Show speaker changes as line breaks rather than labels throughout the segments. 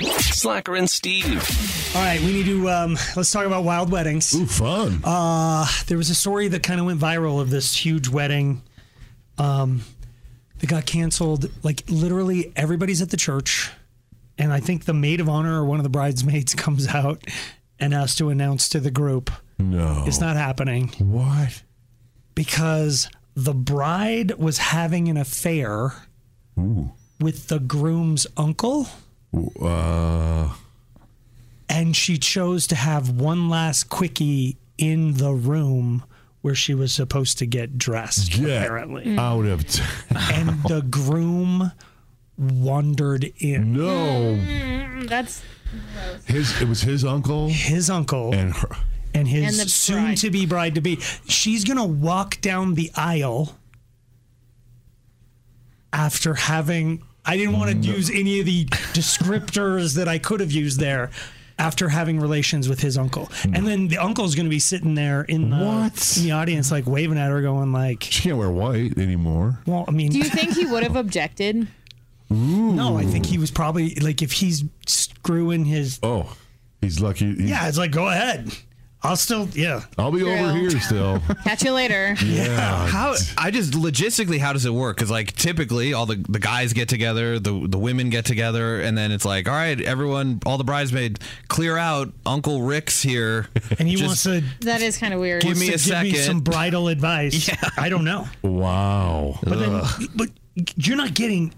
Slacker and Steve.
All right, we need to um, let's talk about wild weddings.
Ooh, fun.
Uh, there was a story that kind of went viral of this huge wedding um, that got canceled. Like literally, everybody's at the church, and I think the maid of honor or one of the bridesmaids comes out and has to announce to the group,
no.
"It's not happening,"
Oh. What?
because the bride was having an affair with the groom's uncle.
Uh,
and she chose to have one last quickie in the room where she was supposed to get dressed
get
apparently
Mm. out of t-
and the groom wandered in Oh.
no.
That's
His it was his uncle
his uncle
and her.
and
And
his
the
soon to be bride to be she's going to walk down the aisle after having I didn't want to
Mm,
use any of the descriptors that I could have used there after having relations with his uncle. And then the uncle's going to be sitting there in the
Mm. What?
in the audience like waving at her going like,
She can't wear white anymore.
"Well, I mean,
Do you think he would have objected?
no, I think he was probably like if he's screwing his
Oh, he's lucky. He-
Yeah, it's like go ahead. I'll still yeah.
I'll be over
True.
here still.
Catch you later.
yeah.
How I just logistically, how does it work? Because like typically, all the, the guys get together, the the women get together, and then it's like, all right, everyone, all the bridesmaids, clear out. Uncle Rick's here,
And he
Just
wants to
That is kind of weird.
Give me a
give me
second.
some bridal advice. I don't know.
Wow.
But then, but you're not getting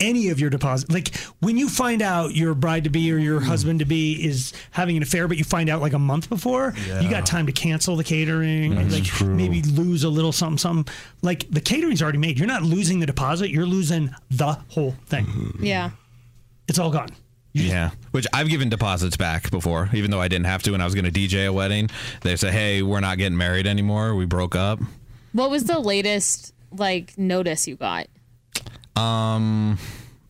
any of your deposit. Like when you find out your bride to be or
Hmm.
your husband to be is having an affair, but you find out like a month before, you got time to cancel the catering and like
true.
maybe lose a little something, something. Like the catering's already made. You're not losing the deposit. You're losing the whole thing.
Yeah.
It's all gone.
yeah. Which I've given deposits back before, even though I didn't have to. When I was going to DJ a wedding, they say, hey, we're not getting married anymore. We broke up.
What was the latest like notice you got?
Um,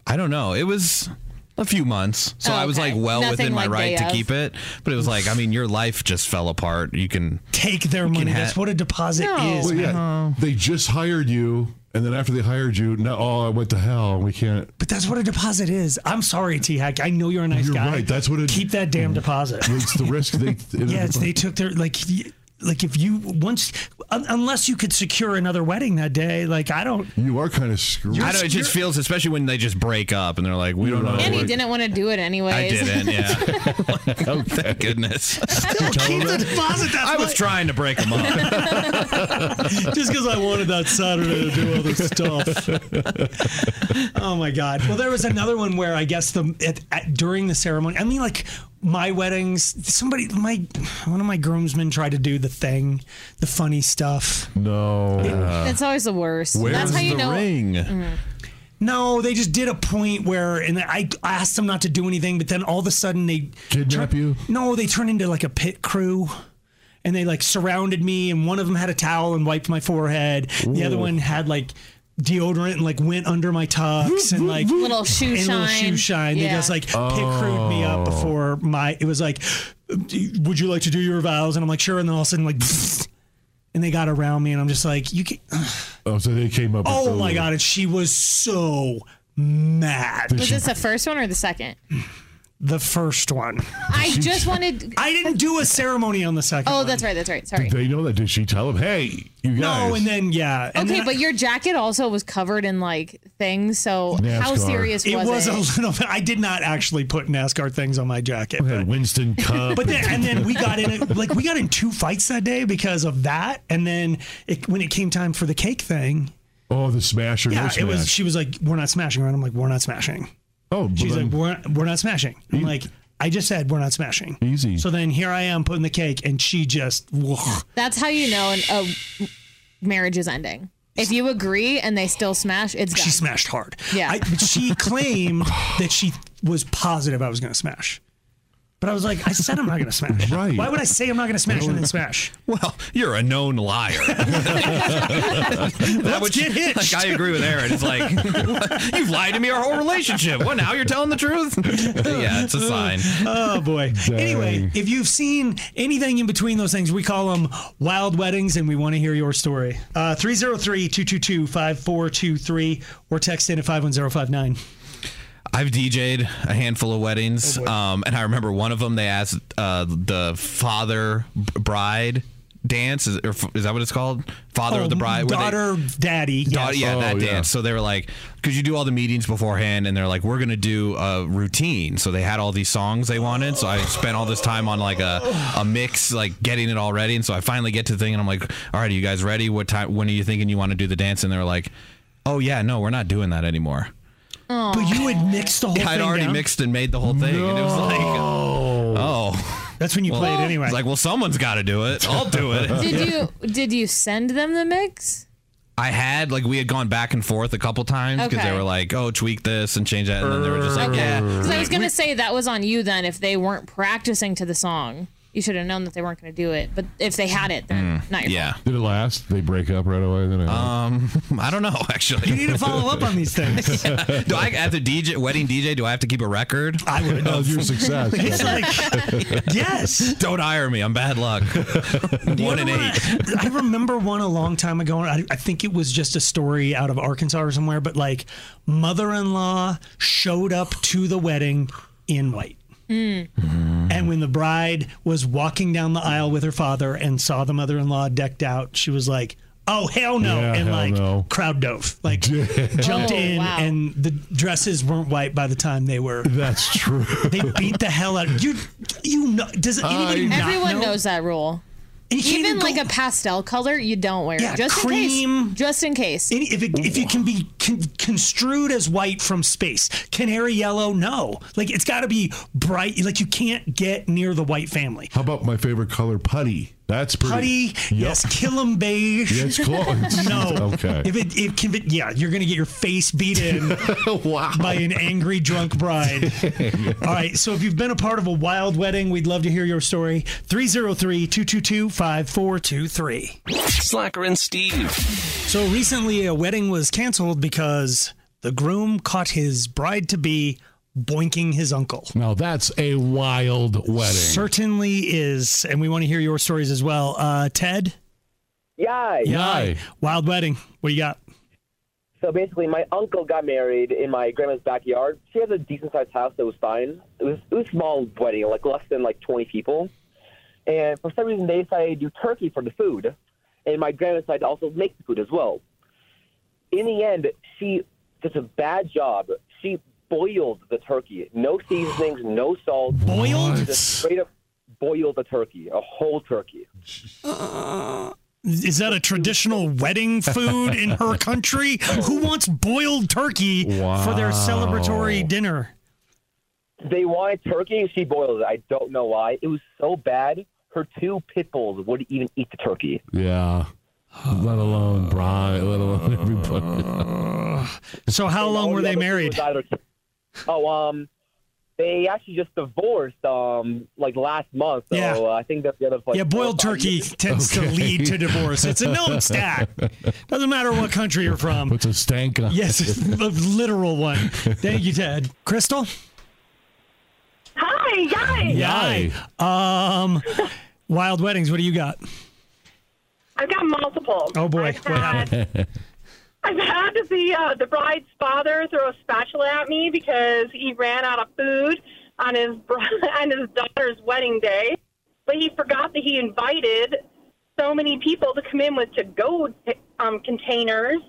I don't know. It was a few months. So
Oh,
I was
okay.
like well
Nothing
within my
like
right
day
to
of.
keep it. But it was like, I mean, your life just fell apart. You can
Take their money.
ha- Uh-huh.
That's what a deposit
No.
is.
Well,
man.
yeah. They just hired you, and then after they hired you, now oh, I went to hell. and We can't.
But that's what a deposit is. I'm sorry, T Hack. I know you're a nice
You're
guy.
right. That's what a-
keep that damn deposit.
It's the risk. They
Yeah, it's, they took their like y- like if you once un- unless you could secure another wedding that day, like I don't.
you are kind of screwed.
I don't. It just feels, especially when they just break up and they're like, "We don't know."
And he
what-
didn't want to do it anyways.
Oh, I didn't. Yeah. oh, thank goodness.
keep the deposit. That's
I was
my-
trying to break them up.
just because I wanted that Saturday to do all this stuff. oh my God! Well, there was another one where I guess the at, at, during the ceremony. I mean, like my weddings. Somebody, my one of my groomsmen tried to do the thing, the funny stuff.
no.
That's always the worst.
Where's
That's how you
the
know. Mm.
ring.
No, they just did a point where, and I asked them not to do anything, but then all of a sudden they
Kidnap
turn-
you?
No, they turned into like a pit crew, and they like surrounded me, and one of them had a towel and wiped my forehead. The other one had like deodorant and like went under my tux and like
Little shoe
and little shoe
shine.
shine. They
Yeah.
just like pit crewed me
Oh.
up before my. It was like, would you like to do your vows? And I'm like, sure. And then all of a sudden like. And they got around me, and I'm just like, "You can
Oh, so they came up.
Oh
with
my
the-
god, and she was so mad.
Was this the first one or the second?
the first one.
I just wanted.
I didn't do a ceremony on the second.
Oh,
one.
that's right. That's right. Sorry.
They know that. Did she tell him, hey, you guys?
No, and then yeah. and
Okay,
then-
but your jacket also was covered in like things. So how
NASCAR.
serious
it was
was,
a little. bit. I did not actually put NASCAR things on my jacket.
We had Winston Cup.
But then, and then we got in it, like we got in two fights that day because of that. And then it, when it came time for the cake thing,
oh, the smasher. no
yeah,
smash.
it was. She was like, "We're not smashing," and I'm like, "We're not smashing."
oh, but
She's
then-
like, "We're we're not smashing." I'm like, "I just said we're not smashing."
Easy.
So then here I am putting the cake, and she just. Whoa.
That's how you know an, a marriage is ending. If you agree and they still smash, it's done.
She smashed hard.
Yeah.
I, but she claimed that she was positive I was going to smash. But I was like, I said I'm not going to smash.
Right.
Why would I say I'm not going to smash and then smash?
Well, you're a known liar. that would
get hitched.
Like, I agree with Aaron. It's like you've lied to me our whole relationship. What now? You're telling the truth? yeah, it's a sign.
Oh boy. Anyway, if you've seen anything in between those things, we call them wild weddings and we want to hear your story. Uh, 303 222 5423 or text in at 51059.
I've DJ'd a handful of weddings,
Oh,
um, and I remember one of them. They asked uh, the father b- bride dance, is, or f- is that what it's called? Father of the bride, where they-
Oh, Daughter, daddy.
Da-
yes.
yeah,
Oh,
that
yeah.
dance. So they were like, because you do all the meetings beforehand, and they're like, we're gonna do a routine. So they had all these songs they wanted. So I spent all this time on like a, a mix, like getting it all ready. And so I finally get to the thing, and I'm like, all right, are you guys ready? What time? When are you thinking you want to do the dance? And they're like, oh yeah, no, we're not doing that anymore.
But you had mixed the whole
I'd
thing.
already
down?
mixed and made the whole thing, and it was like, oh,
That's when you played anyway.
it's like well, someone's got to do it. I'll do it.
Did you did you send them the mix?
I had like we had gone back and forth a couple times because
Okay.
they were like, "Oh, tweak this and change that," and then they were just like, "Yeah."
Because I was gonna say that was on you then. If they weren't practicing to the song, you should have known that they weren't gonna do it. But if they had it, then not your
Mm. Yeah, Uh.
Did it last? They break up right away. Then I
Um, I don't know
you
actually.
need to follow up on these things.
do I at the DJ wedding DJ? Do I have to keep a record?
I would
of
have.
your success.
It's like, yes.
Don't hire me. I'm bad luck. One in eight.
I remember one a long time ago, and I, I think it was just a story out of Arkansas or somewhere. But like, mother-in-law showed up to the wedding in white, and when the bride was walking down the aisle with her father and saw the mother-in-law decked out, she was like. Oh hell no!
Yeah,
and
hell
like
no.
crowd dove, like jumped
Oh,
in,
wow.
and the dresses weren't white by the time they were.
That's true.
They beat the hell out. You, you know, does
Uh,
anybody? not
Everyone
know?
knows that rule.
And you can't
Even like
go-
a pastel color, you don't wear
Yeah,
it. Just in
cream.
case. Just in case.
Any, if, it, if it can be con- construed as white from space, canary yellow, no. Like it's got to be bright. Like you can't get near the white family.
How about my favorite color, putty? That's pretty.
Putty, yes. Killam beige.
Yeah, it's close.
No.
Okay.
If it, it can, be, yeah, you're gonna get your face beat in
wow.
by an angry drunk bride.
Uh,
All right, so if you've been a part of a wild wedding, we'd love to hear your story. 303 222 5423.
Slacker and Steve.
So recently, a wedding was canceled because the groom caught his bride to be boinking his uncle.
Now that's a wild wedding.
Certainly is, and we want to hear your stories as well. Uh, Ted,
Yay!
Yay.
wild wedding. What you got?
So basically, my uncle got married in my grandma's backyard. She has a decent sized house that was fine. It was it was a small wedding, like less than like twenty people. And for some reason, they decided to do turkey for the food, and my grandma decided to also make the food as well. In the end, she does a bad job. She boiled the turkey, no seasonings, no salt.
Boiled?
Just straight up boiled the turkey, a whole turkey.
Uh, Is that a traditional wedding food in her country? Who wants boiled turkey for their celebratory dinner?
They wanted turkey and she boiled it. I don't know why. It was so bad. Her two pit bulls wouldn't even eat the turkey.
Yeah. Let alone Brian. Let alone everybody.
So, how
And all
long were they
the other
married?
people was either- Oh, um, they actually just divorced um like last month. So
Yeah.
uh, I think that's the other. Like,
Yeah, boiled
four or five
turkey
years.
tends to lead to divorce. It's a known stat. Doesn't matter what country you're from.
Puts a stank on.
Yes, the literal one. Thank you, Ted. Crystal?
Hi, guys.
Yay.
Um, Wild Weddings, what do you got?
I've got multiple.
Oh, boy.
I've
What happened?
had, I've had the uh, the bride's father throw a spatula at me because he ran out of food. on his bro- on his daughter's wedding day, but he forgot that he invited so many people to come in with to go um, containers,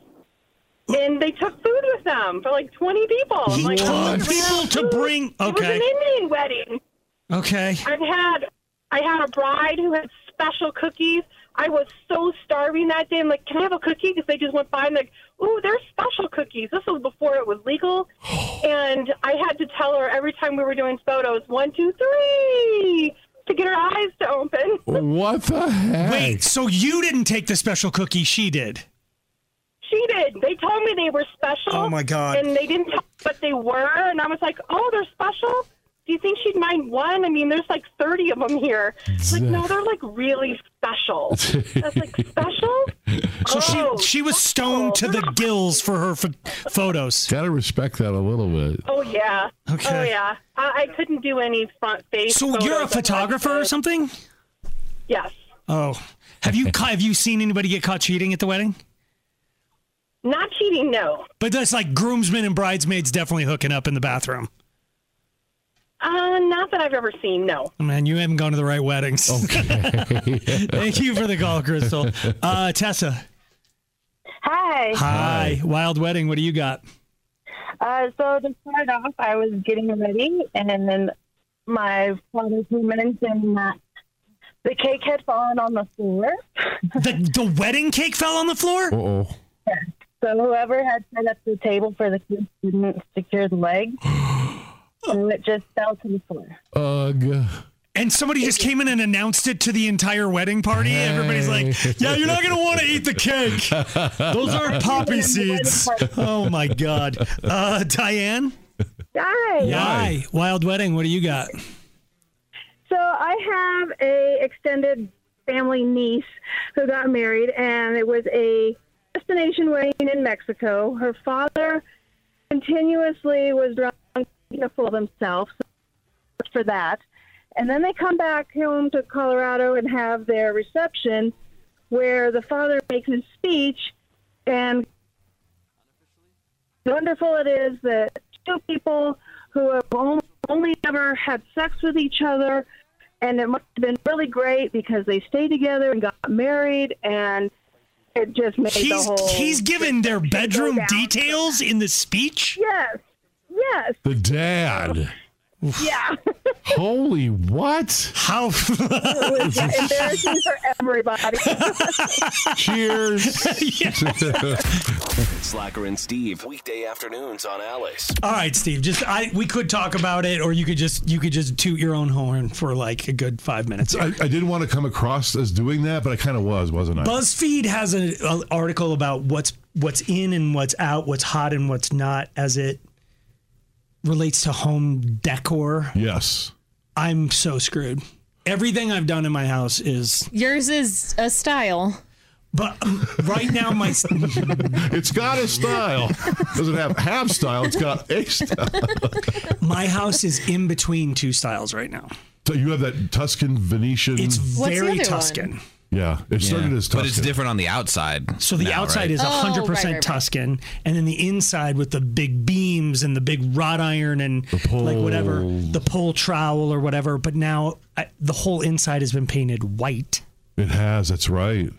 and they took food with them for like twenty people.
He
like,
told people to bring.
It was
Okay.
an Indian wedding.
Okay.
I've had I had a bride who had special cookies. I was so starving that day. I'm like, can I have a cookie? Because they just went by and like, ooh, they're special cookies. This was before it was legal, and I had to tell her every time we were doing photos, one, two, three, to get her eyes to open.
What the heck?
Wait, so you didn't take the special cookie, she did.
She did. They told me they were special.
Oh, my God.
And they didn't tell me what they were, and I was like, oh, they're special. Do you think she'd mind one? I mean, there's like 30 of them here. It's Like, no, they're like really special. I was like, special?
So
Oh,
she she was stoned to the gills for her ph- photos.
Gotta respect that a little bit.
Oh yeah.
Okay.
Oh yeah. I, I couldn't do any front face.
So you're a
photos. I'm
photographer
like,
or something?
Yes.
Oh, have you ca- have you seen anybody get caught cheating at the wedding?
Not cheating, no.
But that's like groomsmen and bridesmaids definitely hooking up in the bathroom.
Uh, not that I've ever seen, no.
Man, you haven't gone to the right weddings. Thank you for the call, Crystal. Uh, Tessa,
Hi.
hi. Wild wedding. What do you got?
Uh, so to start off, I was getting ready, and then my father came in and that the cake had fallen on the floor.
The the wedding cake fell on the floor.
Uh oh.
So whoever had set up the table for the kids didn't secure the leg, so it just fell to the floor.
Uh,
Ugh.
And somebody just came in and announced it to the entire wedding party. Everybody's like, "Yeah, you're not gonna want to eat the cake. Those aren't poppy seeds." Oh my god, uh, Diane.
Hi.
Hi, wild wedding. What do you got?
So I have a extended family niece who got married, and it was a destination wedding in Mexico. Her father continuously was drunk, making a fool of himself so for that. And then they come back home to Colorado and have their reception, where the father makes his speech, and wonderful it is that two people who have on- only ever had sex with each other, and it must have been really great because they stayed together and got married, and it just made the
He's
whole.
he's given their bedroom
down.
details in the speech.
yes, yes,
The dad.
yeah.
Holy what?
How?
It was embarrassing for everybody.
Cheers.
Slacker and Steve, weekday afternoons on Alice.
All right, Steve. Just I we could talk about it, or you could just you could just toot your own horn for like a good five minutes.
I, I didn't want to come across as doing that, but I kind of was, wasn't I?
BuzzFeed has an a article about what's what's in and what's out, what's hot and what's not, as it relates to home decor.
yes.
I'm so screwed. Everything I've done in my house is,
Yours is a style.
but um, right now my
It's got a style. Doesn't have half style. It's got a style.
my house is in between two styles right now.
So you have that Tuscan Venetian.
It's
the
very
other one?
Tuscan.
yeah. It started as Tuscan.
But it's different on the outside.
So the outside is
Oh,
hundred
right, right,
percent
right.
Tuscan, and then the inside with the big beams and the big wrought iron and like whatever the pole trowel or whatever. But now I, the whole inside has been painted white,
It has. That's right.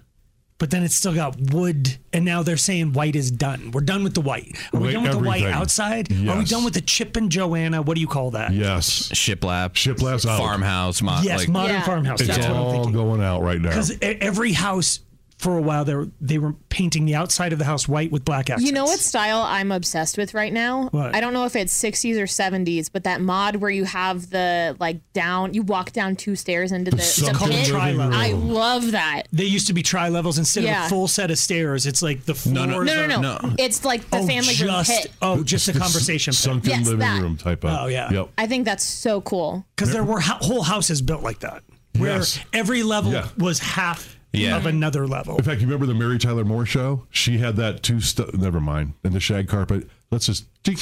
but then it's still got wood. And now they're saying white is done. We're done with the white. Are we
Wait,
done with the white
everything.
outside? Are we
Yes.
done with the Chip and Joanna? What do you call that?
Yes.
shiplap,
Shiplap's out.
farmhouse, mo-
Yes,
like,
modern
Yeah.
farmhouse.
It's
That's what I'm
all
thinking.
going out right now.
Because every house for a while they were, they were painting the outside of the house white with black accents.
You know what style I'm obsessed with right now?
What?
I don't know if it's 60s or 70s, but that mod where you have the like down, you walk down two stairs into the, the
sunken
pit.
living room.
I love that.
They used to be tri levels instead of
Yeah.
a full set of stairs. It's like the floors.
no,
No, no, no,
No.
It's like the
oh,
family
just,
room pit.
Oh, just a conversation.
Sunken
Yes,
living
that.
room type of.
Oh, yeah.
Yep.
I think that's so cool.
Because there were ho- whole houses built like that, where
Yes.
every level
Yeah.
was half
Yeah.
of another level.
In fact, you remember the Mary Tyler Moore show? She had that two stuff. Never mind. And the shag carpet. Let's just.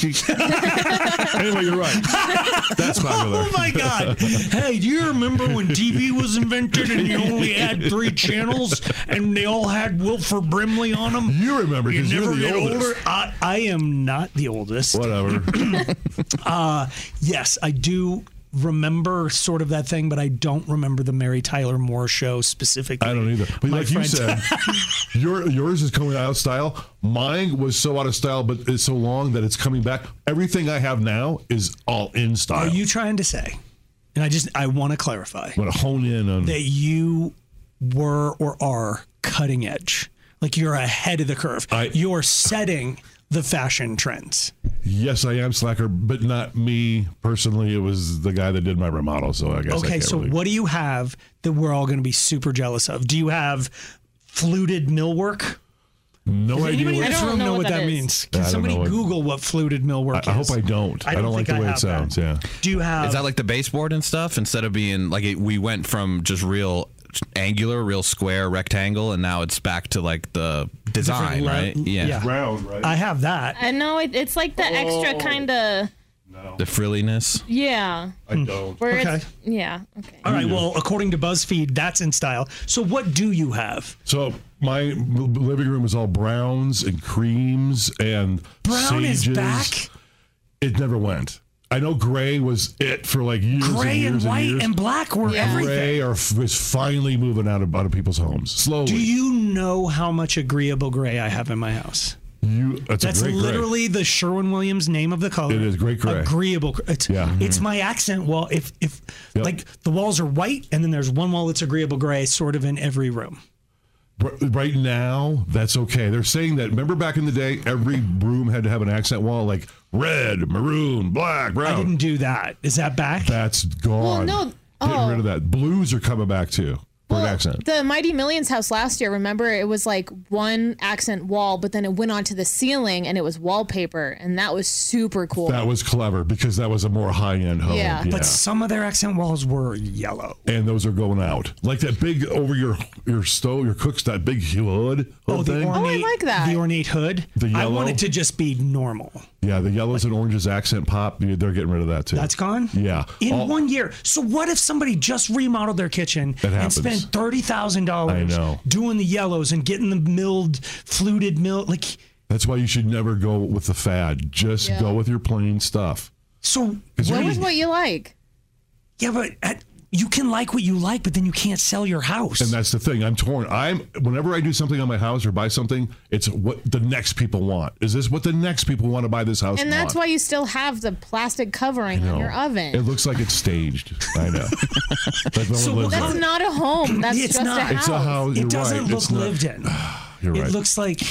anyway, you're right. That's popular.
Oh my God! Hey, do you remember when TV was invented and you only had three channels and they all had Wilford Brimley on them?
You remember
You
because you
never
are the
get
oldest.
older. I, I am not the oldest.
Whatever.
Uh, Yes, I do remember sort of that thing, but I don't remember the Mary Tyler Moore show specifically. I don't
either. But like you said, your yours is coming out of style. Mine was so out of style, but it's so long that it's coming back. Everything I have now is all in
are
style.
you trying to say? And I just I want to clarify.
want to hone in on
that you were or are cutting edge. Like you're ahead of the curve. you're setting the fashion trends.
Yes, I am slacker, but not me personally. It was the guy that did my remodel, so I guess. I
okay,
can't
so
really-
what do you have that we're all going to be super jealous of? Do you have fluted millwork?
No
Does
idea
anybody in
what-
this
I don't
room
know
know
what
what
that
that,
is.
means?
I
Can
don't
somebody
know what-
Google what fluted millwork
I, I
is?
hope I don't. I don't, like the
think
way
I
it
have that.
sounds. Yeah.
Do you have?
Is that like the baseboard and stuff? Instead of being like it, we went from just real angular, real square, rectangle, and now it's back to like the design,
Different le-
right?
yeah.
Round, right?
I have that.
I know Uh, it, it's like the
Oh.
extra kind of
The frilliness.
yeah.
I don't.
Where
Hmm. Okay.
it's, yeah. Okay.
All right. Well, according to BuzzFeed, that's in style. So what do you have?
So my l- living room is all browns and creams and
Brown is
sages.
back?
It never went. I know gray was it for like years. and,
Gray
years
and white
years.
and black were everything.
Gray are f- is finally moving out of, out of people's homes slowly.
Do you know Oh, how much agreeable gray I have in my house?
You, that's, a great gray.
literally the Sherwin Williams name of the color.
It is great gray.
Agreeable. gr- It's,
Yeah.
Mm-hmm.
it's my accent wall. If if like the walls are white, and then there's one wall that's agreeable gray, sort of in every room.
R- Right now, that's okay. They're saying that. Remember back in the day, every room had to have an accent wall, like red, maroon, black, brown.
I didn't do that. Is that back?
That's gone.
no,
Getting
oh.
rid of that. Blues are coming back too for an accent.
The Mighty Millions house last year, remember it was like one accent wall, but then it went onto the ceiling and it was wallpaper, and that was super cool.
That was clever because that was a more high end home.
Yeah.
But some of their accent walls were yellow.
and those are going out like that big over your your stove, your cook's that big hood.
Oh,
hood
the
thing.
ornate.
like that.
The ornate hood.
The
I want
yellow?
it to just be normal.
yeah, the yellows and oranges accent Mm-hmm. pop. yeah, They're getting rid of that too.
That's gone.
yeah.
In
All-
one year. So what if somebody just remodeled their kitchen
That
and
happens.
spent thirty thousand
I
dollars
know.
doing the yellows and getting the milled, fluted mill like
That's why you should never go with the fad. Just
Yeah.
go with your plain stuff.
so
'Cause
what
you're
was
gonna-
what you like?
yeah, but uh, you can like what you like, but then you can't sell your house.
and that's the thing. I'm torn. I'm whenever I do something on my house or buy something, it's what the next people want. Is this what the next people want to buy this house?
And that's
want?
why you still have the plastic covering on your
It
oven.
looks like it's staged. I know. Like no
So
one lives
That's
in it.
not a home. That's
It's
just
not.
a house.
It's a house. Oh, You're
it doesn't
right.
look
It's not-
lived in.
You're right.
It looks like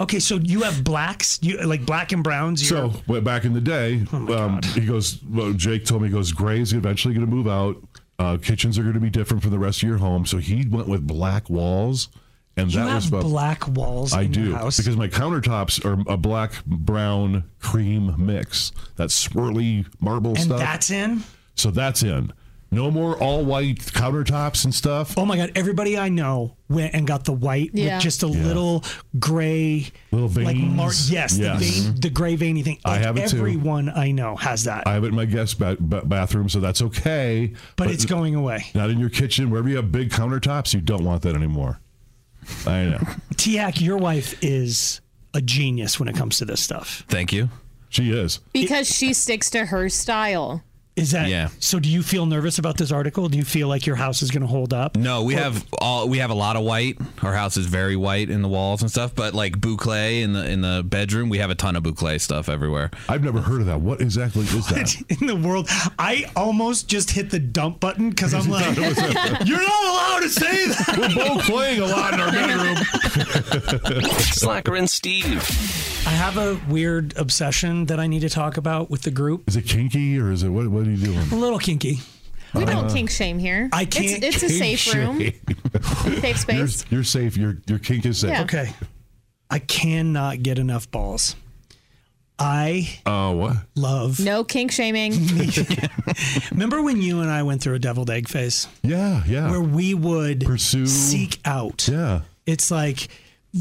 okay, so you have blacks, you like black and browns.
So
you're- Oh
well, back in the day, um, he goes. Well, Jake told me he goes. Gray's eventually going to move out. Uh, kitchens are going to be different from the rest of your home. So he went with black walls, and
you
that was
have
about,
black walls
I
in
do
your house.
because my countertops are a black brown cream mix. That swirly marble
and
stuff.
that's in.
so that's in. No more all white countertops and stuff.
Oh my god! Everybody I know went and got the white
Yeah.
with just a little gray,
Little
like mar-
veins.
yes,
Yes.
The, vein, the gray veiny thing.
I
Like,
have it too.
Everyone I know has that,
I have it in my guest ba- ba- bathroom, so that's okay.
but it's going away.
not in your kitchen. Wherever you have big countertops, you don't want that anymore. I know.
Tiak, your wife is a genius when it comes to this stuff.
Thank you.
She is.
Because she sticks to her style.
Is that
Yeah.
So, do you feel nervous about this article? Do you feel like your house is going to hold up?
No, Oh, we have all we have a lot of white. Our house is very white in the walls and stuff, but like boucle in the in the bedroom, we have a ton of boucle stuff everywhere.
I've never heard of that. What exactly is that?
In the world, I almost just hit the dump button because I'm like, you're not allowed to say that.
We're both playing a lot in our bedroom.
Slacker and Steve.
I have a weird obsession that I need to talk about with the group.
Is it kinky or is it what? What are you doing?
A little kinky.
We don't
Uh-huh.
kink shame here.
I can't
It's, it's a safe room, safe
You're,
space.
you're safe. Your your kink is safe.
Yeah.
Okay. I cannot get enough balls. I
Oh, what?
love.
No kink shaming.
Remember when you and I went through a deviled egg phase
Yeah, yeah.
where we would
Pursue-
seek out?
yeah.
It's like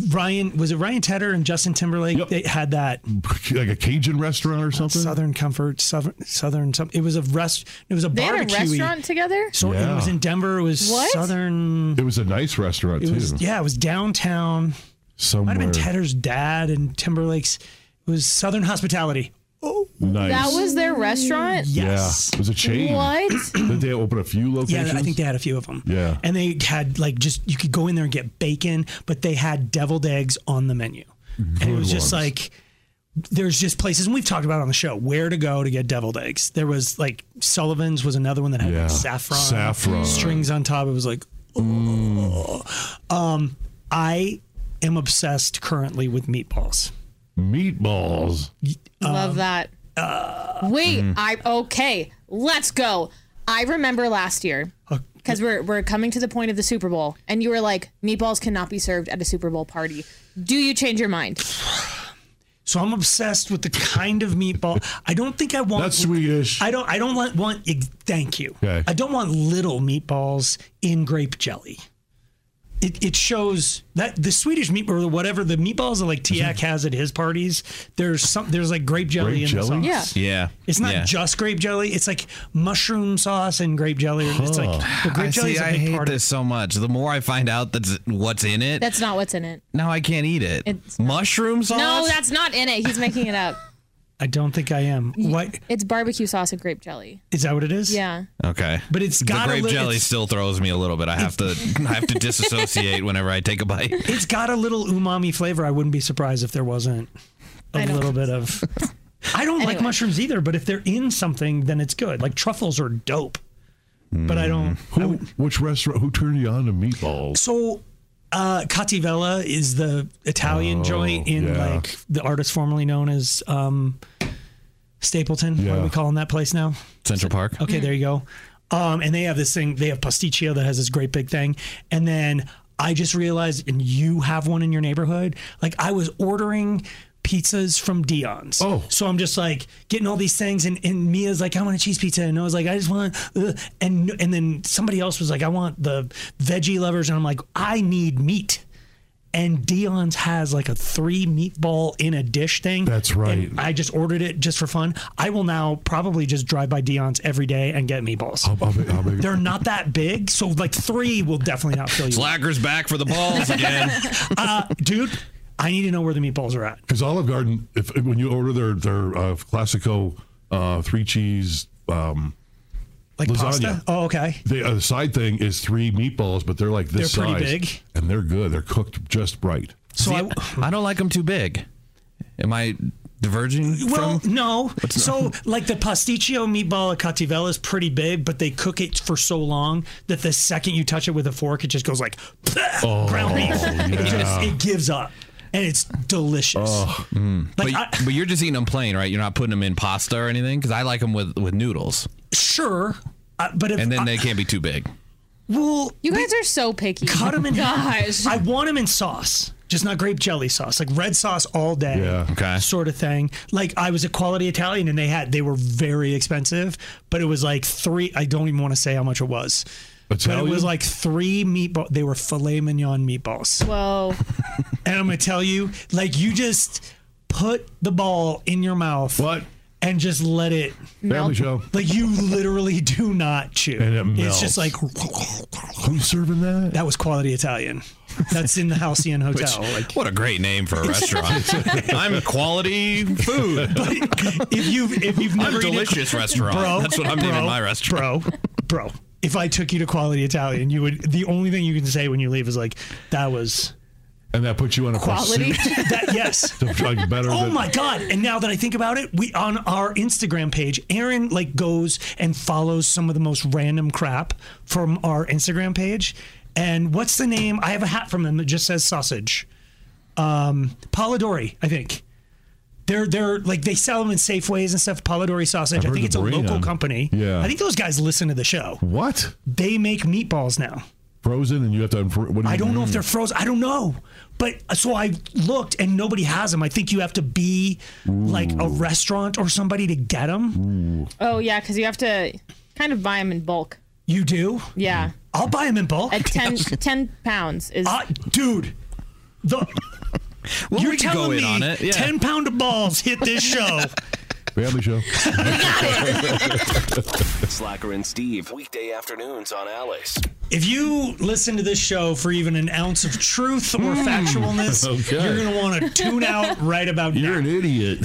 Ryan, was it Ryan Tedder and Justin Timberlake?
Yep.
They had that
Like a Cajun restaurant or something.
Southern Comfort, Southern, Southern, something. It was a rest, it was a
They had a
barbecue.
restaurant together.
So and it was
Yeah.
in Denver. It was
What?
Southern.
It was a nice restaurant
It
too.
was, yeah, it was downtown.
Somewhere.
Might have been Tedder's dad and Timberlake's. It was Southern Hospitality.
Nice.
That was their restaurant?
Yeah. It was a chain.
What?
Did they open a few
Yeah,
locations?
I think they had a few of them.
Yeah.
And they had like just you could go in there and get bacon, but they had deviled eggs on the menu. and it
Good
was
ones.
just like there's just places and we've talked about it on the show where to go to get deviled eggs. There was like Sullivan's was another one that had
Yeah.
saffron,
Saffron. Mm.
strings on top. It was like oh. um I am obsessed currently with meatballs.
Meatballs.
Um,
Love that.
uh,
Wait, I okay. Let's go. I remember last year
Uh,
because we're we're coming to the point of the Super Bowl, and you were like, meatballs cannot be served at a Super Bowl party. Do you change your mind?
So I'm obsessed with the kind of meatball. I don't think I want
That's Swedish.
I don't. I don't want, want. ex- Thank you.
Okay.
I don't want little meatballs in grape jelly. It, it shows that the Swedish meat or whatever the meatballs that like Tiak has at his parties. There's some. There's like grape jelly
Mm-hmm. Grape
in
jelly?
the
Yeah.
sauce.
Yeah.
It's not
yeah.
just grape jelly. It's like mushroom sauce and grape jelly. It's like well,
I
grape jelly
see.
is a
I
big
hate
part of
this so much. The more I find out that's what's in it,
That's not what's in it.
now I can't eat it.
It's
Mushroom sauce.
No, that's not in it. He's making it up.
I don't think I am. What
It's barbecue sauce and grape jelly.
is that? What it is?
Yeah.
okay.
But it's
the
got
grape
a li-
jelly
it's-
still throws me a little bit. I have to I have to disassociate whenever I take a bite.
It's got a little umami flavor. I wouldn't be surprised if there wasn't
I
a
don't-
little bit of. I don't like
Anyway.
mushrooms either, but if they're in something, then it's good. Like truffles are dope, but I don't.
Hmm. Who, which restaurant? Who turned you on to meatballs?
So, uh, Cativella is the Italian joint in
Oh, yeah.
like the artist formerly known as um, Stapleton. What
Yeah.
are we calling that place now?
Central Park.
Okay, there you go. Um, and they have this thing. They have pasticcio that has this great big thing. And then I just realized, and you have one in your neighborhood. Like I was ordering pizzas from Dion's.
Oh.
so I'm just like getting all these things, and, and Mia's like, I want a cheese pizza, and I was like, I just want, uh, and and then somebody else was like, I want the veggie lovers, and I'm like, I need meat. And Dion's has like a three meatball in a dish thing.
That's right.
And I just ordered it just for fun. I will now probably just drive by Dion's every day and get meatballs.
I'll- I'll be- I'll be-
They're not that big, so like three will definitely not fill you.
Slackers back for the balls again.
Uh, dude, I need to know where the meatballs are at.
Because Olive Garden, if when you order their their uh, classico uh, three cheese, um,
Like
Lasagna.
pasta. Oh, okay.
the uh, side thing is three meatballs, but they're like this
They're pretty
size,
big.
and they're good. They're cooked just right.
So I.
I don't like them too big. Am I diverging
Well,
from?
no. So, like the pasticcio meatball at Cativella is pretty big, but they cook it for so long that the second you touch it with a fork, it just goes like
Oh,
ground beef. It
yeah.
just it gives up, and it's delicious.
But,
Like I,
Hmm. but you're just eating them plain, right? You're not putting them in pasta or anything. Because I like them with with noodles,
sure, uh, but if
and then
I,
they can't be too big.
well,
You guys are so picky.
cut them in
Gosh.
I want them in sauce, just not grape jelly sauce, like red sauce all day.
Yeah.
Okay.
Sort of thing. Like I was at Quality Italian and they had they were very expensive, but it was like three I don't even want to say how much it was. But
Italian?
it was like three meatball they were filet mignon meatballs.
Whoa.
And I'm gonna tell you, like you just put the ball in your mouth
what
and just let it
family show?
like you literally do not chew.
And it
It's just like
Who's serving that?
that was quality Italian. That's in the Halcyon Hotel. like
What a great name for a restaurant. I'm quality food.
if you if you've never
I'm
eaten-
delicious restaurant.
bro,
That's what I'm
bro,
naming my restaurant.
bro, bro. If I took you to Quality Italian, you would. The only thing you can say when you leave is like, "That was
And that puts you on a
Quality.
pursuit
that." Yes.
to try to better.
Oh
the-
my god! And now that I think about it, we on our Instagram page, Aaron like goes and follows some of the most random crap from our Instagram page. And what's the name? I have a hat from them that just says sausage. Um, Polidori, I think. They're they're like they sell them in Safeways and stuff. Polidori
I've
sausage. I
heard
think
the
it's a
brand.
local company.
Yeah.
I think those guys listen to the show.
What?
They make meatballs now.
Frozen, and you have to. Unfro- what do you
I don't know
mean?
if they're frozen. I don't know. But uh, so I looked and nobody has them. I think you have to be like a restaurant or somebody to get them.
Oh yeah, because you have to kind of buy them in bulk.
You do?
Yeah.
I'll buy them in bulk.
At 10, 10 pounds is
Uh, dude, the,
Well,
you're
we could
telling
go
me
in on it. Yeah.
10 pound of balls hit this show.
family show.
Slacker and Steve, weekday afternoons on Alice.
if you listen to this show for even an ounce of truth or factualness,
Hmm. Okay.
you're going to want to tune out right about now. Um,
You're an idiot.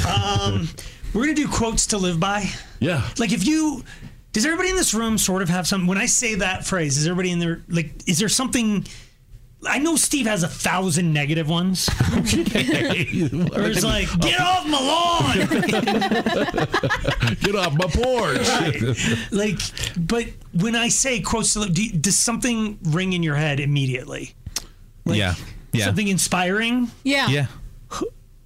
We're gonna do quotes to live by.
Yeah.
Like if you, does everybody in this room sort of have some? When I say that phrase, is everybody in there like? Is there something? I know Steve has a thousand negative ones. or it's like, get off my lawn.
Get off my porch.
like, but when I say quotes to live, do you, does something ring in your head immediately?
yeah. Yeah.
Something inspiring?
Yeah.
Yeah.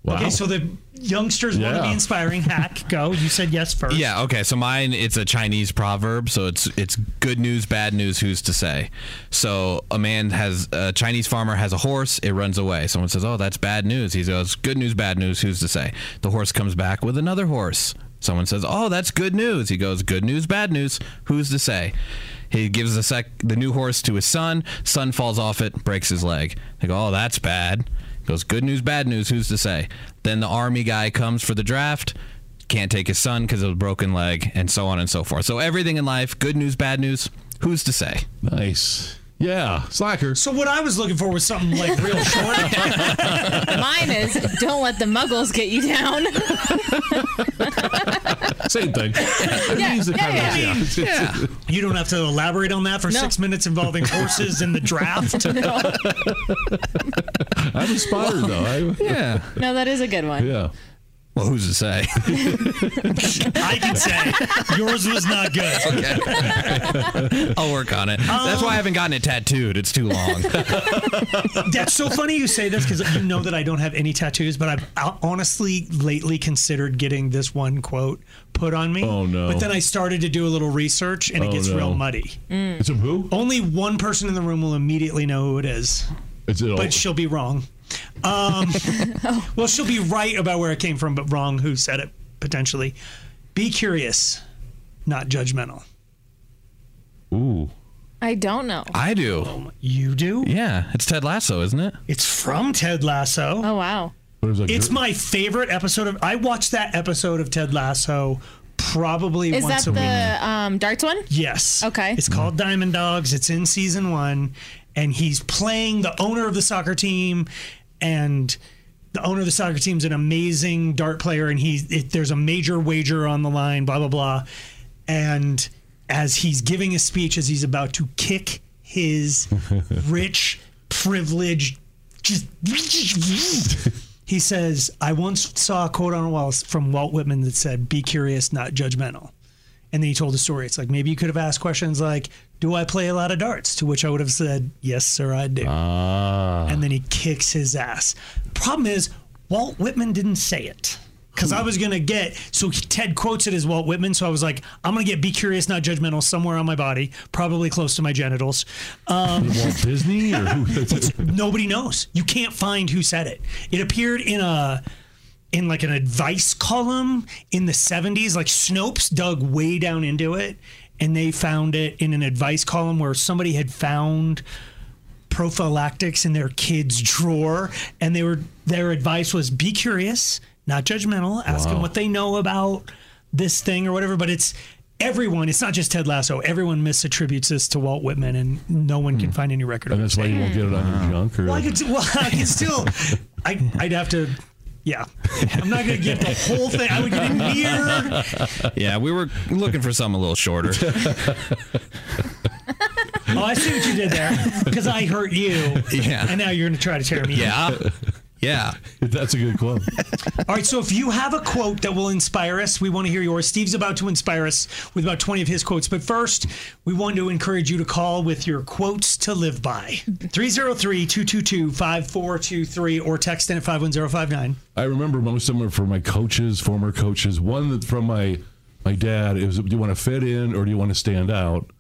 Okay, so the youngsters want to
Yeah.
be inspiring. Hack, go. You said yes first.
Yeah, okay. So mine it's a Chinese proverb, so it's it's good news, bad news, who's to say. So a man has a Chinese farmer has a horse, it runs away. Someone says, "Oh, that's bad news." He goes, "Good news, bad news, who's to say?" The horse comes back with another horse. Someone says, "Oh, that's good news." He goes, "Good news, bad news, who's to say?" He gives the sec the new horse to his son. Son falls off it, breaks his leg. They go, "Oh, that's bad." He goes, "Good news, bad news, who's to say?" Then the army guy comes for the draft can't take his son because of a broken leg, and so on and so forth. So everything in life, good news, bad news, who's to say?
Nice. Yeah. Slacker.
So what I was looking for was something like real short.
Mine is don't let the muggles get you down.
Same thing. It
Yeah,
means the
yeah,
kind of-
yeah.
It's- it's-
you don't have to elaborate on that for
No.
six minutes involving horses in the draft.
I'm inspired though. I,
Yeah.
No, that is a good one.
yeah.
Well, who's to say?
I can say yours was not good.
I'll work on it. That's why I haven't gotten it tattooed. It's too long.
That's so funny you say this because you know that I don't have any tattoos, but I've o- honestly lately considered getting this one quote put on me.
Oh, no.
But then I started to do a little research and it
Oh,
gets
no.
real muddy.
Mm.
It's a who?
Only one person in the room will immediately know who it is.
It's an
but she'll be wrong. Um,
Oh.
Well, she'll be right about where it came from, but wrong who said it potentially. Be curious, not judgmental.
Ooh.
I don't know.
I do.
Um, You do?
Yeah. It's Ted Lasso, isn't it?
It's from Ted Lasso.
Oh wow.
What is that?
It's my favorite episode of. I watched that episode of Ted Lasso probably
Is
once
that
a week.
the um, darts one?
Yes.
Okay.
It's called Diamond Dogs. It's in season one, and he's playing the owner of the soccer team, and the owner of the soccer team's an amazing dart player, and he it, there's a major wager on the line. Blah blah blah, and as he's giving a speech, as he's about to kick his rich, privileged, just. He says, I once saw a quote on a wall from Walt Whitman that said, Be curious, not judgmental. And then he told a story. It's like maybe you could have asked questions like, "Do I play a lot of darts?" To which I would have said, "Yes, sir, I do."
Ah.
And then he kicks his ass. Problem is, Walt Whitman didn't say it because I was gonna get. So he- Ted quotes it as Walt Whitman. So I was like, "I'm gonna get be curious, not judgmental, somewhere on my body, probably close to my genitals." Um,
Walt Disney or who?
nobody knows. You can't find who said it. It appeared in a in like an advice column in the 70s like snopes dug way down into it and they found it in an advice column where somebody had found prophylactics in their kids drawer and they were their advice was be curious not judgmental ask them what they know about this thing or whatever but it's everyone it's not just ted lasso everyone misattributes this to walt whitman and no one can find any record of
Hmm. and
it
that's why you won't get it on your junk or.
well, I could, t- well, I could still. I, I'd have to. Yeah, I'm not gonna get the whole thing. I would get it near.
Yeah. We were looking for something a little shorter.
Oh, I see what you did there because I hurt you.
Yeah.
And now you're gonna try to tear me. down.
Yeah. Yeah.
that's a good quote.
All right. So if you have a quote that will inspire us, we want to hear yours. Steve's about to inspire us with about 20 of his quotes, but first we want to encourage you to call with your quotes to live by 303-222-5423 or text in at 51059.
I remember most of them were from my coaches, former coaches. One that from my my dad is, do you want to fit in or do you want to stand out?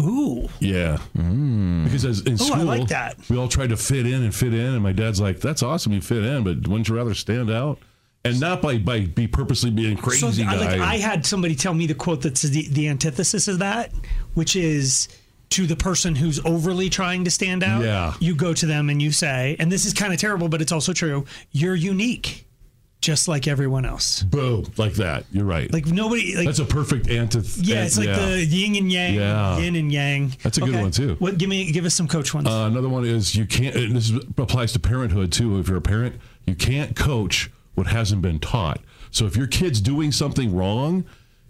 Ooh.
Yeah. Because as in
Ooh,
school,
I like that.
we all tried to fit in and fit in, and my dad's like, "That's awesome, you fit in, but wouldn't you rather stand out?" And not by by be purposely being crazy
so, I-
guy.
Like, I had somebody tell me the quote that's the, the antithesis of that, which is to the person who's overly trying to stand out.
Yeah.
You go to them and you say, and this is kind of terrible, but it's also true. You're unique, just like everyone else.
Boom, like that. You're right.
Like nobody. Like
that's a perfect antithesis.
yeah, it's like the yin and yang.
Yeah.
Yin and yang.
That's a good one, too.
What? Give me. Give us some coach ones.
Uh, another one is you can't. And this is- applies to parenthood too. If you're a parent, you can't coach what hasn't been taught. So if your kid's doing something wrong,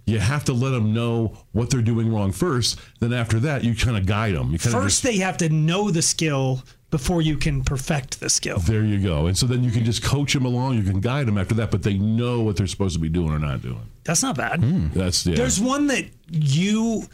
you have to let them know what they're doing wrong first. Then after that, you kind of guide them. You kind of
First, they have to know the skill before you can perfect the skill.
There you go. And so then you can just coach them along. You can guide them after that, but they know what they're supposed to be doing or not doing. Hmm.
That's not bad.
That's yeah.
There's one that you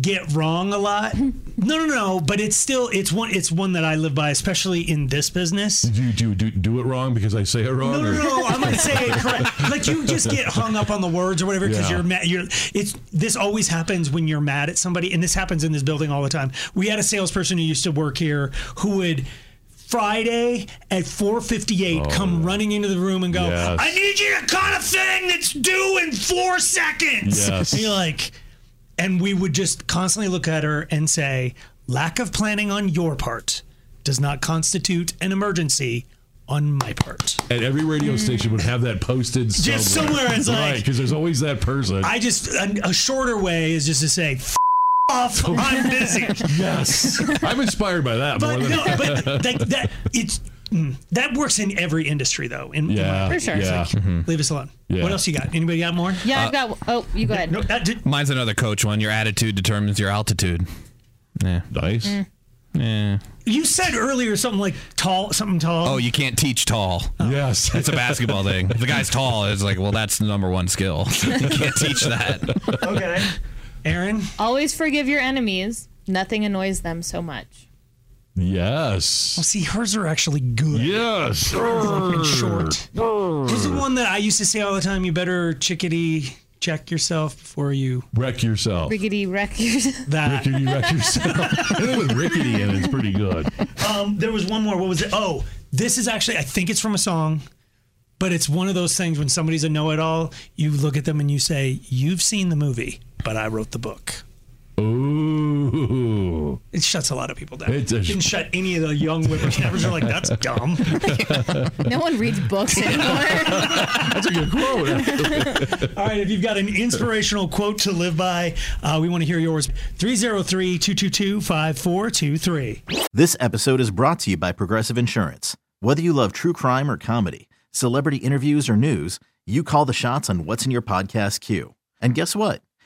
get wrong a lot. No, no, no. But it's still it's one it's one that I live by, especially in this business.
do you do, do do it wrong because I say it wrong?
No, no,
or-
no. I'm gonna say it correct. Like you just get hung up on the words or whatever because
Yeah.
you're mad. You're it's this always happens when you're mad at somebody, and this happens in this building all the time. We had a salesperson who used to work here who would. Friday at 4:58, come
Oh.
running into the room and go,
Yes.
"I need you to cut a thing that's due in four seconds."
Yes.
And you're like, and we would just constantly look at her and say, "Lack of planning on your part does not constitute an emergency on my part."
And every radio station would have that posted somewhere.
Just somewhere it's
right?
like-
Because there's always that person.
I just a, a shorter way is just to say F- off. I'm busy.
yes, I'm inspired by that.
But
more than
no, but that, that it's mm, that works in every industry though. In, in
yeah,
my-
For sure.
yeah. Mm-hmm.
leave us alone.
Yeah. Uh,
What else you got? Anybody got more?
Yeah, I've got. Oh, you go ahead.
No, that did,
Mine's another coach one. Your attitude determines your altitude.
Nice.
Yeah.
you said earlier something like tall, something tall.
Oh, you can't teach tall.
Oh. Yes,
It's a basketball thing. If the guy's tall, it's like, well, that's the number one skill. You can't teach that.
okay. Aaron,
Always forgive your enemies. Nothing annoys them so much.
yes,
see, hers are actually good.
yes.
and short. This is one that I used to say all the time. You better chickadee check yourself before you
Wreck yourself.
Riggedy wreck your.
Oh. that.
Rickety, wreck yourself. Anything with rickety in it is pretty good.
Um, there was one more. What was it? Oh, this is actually I think it's from a song, but it's one of those things when somebody's a know-it-all, you look at them and you say, "You've seen the movie, but I wrote the book."
Ooh.
It shuts a lot of people down.
It
It
does.
didn't shut any of the young whippersnappers. They're like, "That's dumb."
No one reads books anymore.
That's a good quote.
All right, if you've got an inspirational quote to live by, uh, we want to hear yours. 303-222-5423.
This episode is brought to you by Progressive Insurance. Whether you love true crime or comedy, celebrity interviews or news, you call the shots on what's in your podcast queue. And guess what?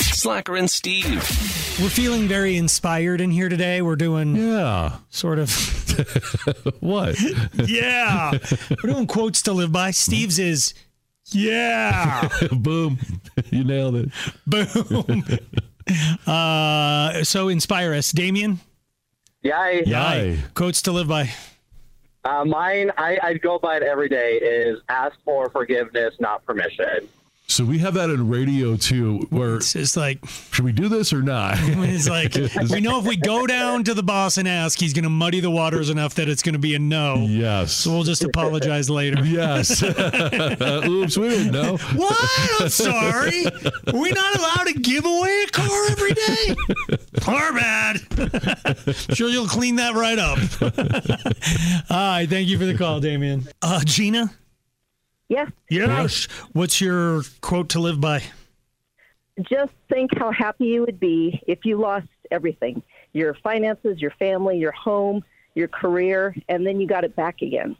Slacker and Steve.
We're feeling very inspired in here today. We're doing
yeah.
sort of,
What?
yeah. We're doing quotes to live by. Steve's is, yeah.
Boom. You nailed it.
Boom. Uh, so inspire us. Damien,
Yeah,
Yay.
quotes to live by.
uh, mine, I, I'd go by it every day, is ask for forgiveness, not permission.
So we have that in radio too. Where
It's just like,
should we do this or not?
it's like, we know if we go down to the boss and ask, he's going to muddy the waters enough that it's going to be a no.
yes.
So we'll just apologize later.
yes. Oops, we didn't know.
What? I'm sorry. Are we not allowed to give away a car every day? Car bad. sure, you'll clean that right up. All right. Thank you for the call, Damien. Uh, Gina?
Yes.
Yes. What's your quote to live by?
Just think how happy you would be if you lost everything.
your finances, your family, your home, your career, and then you got it back again.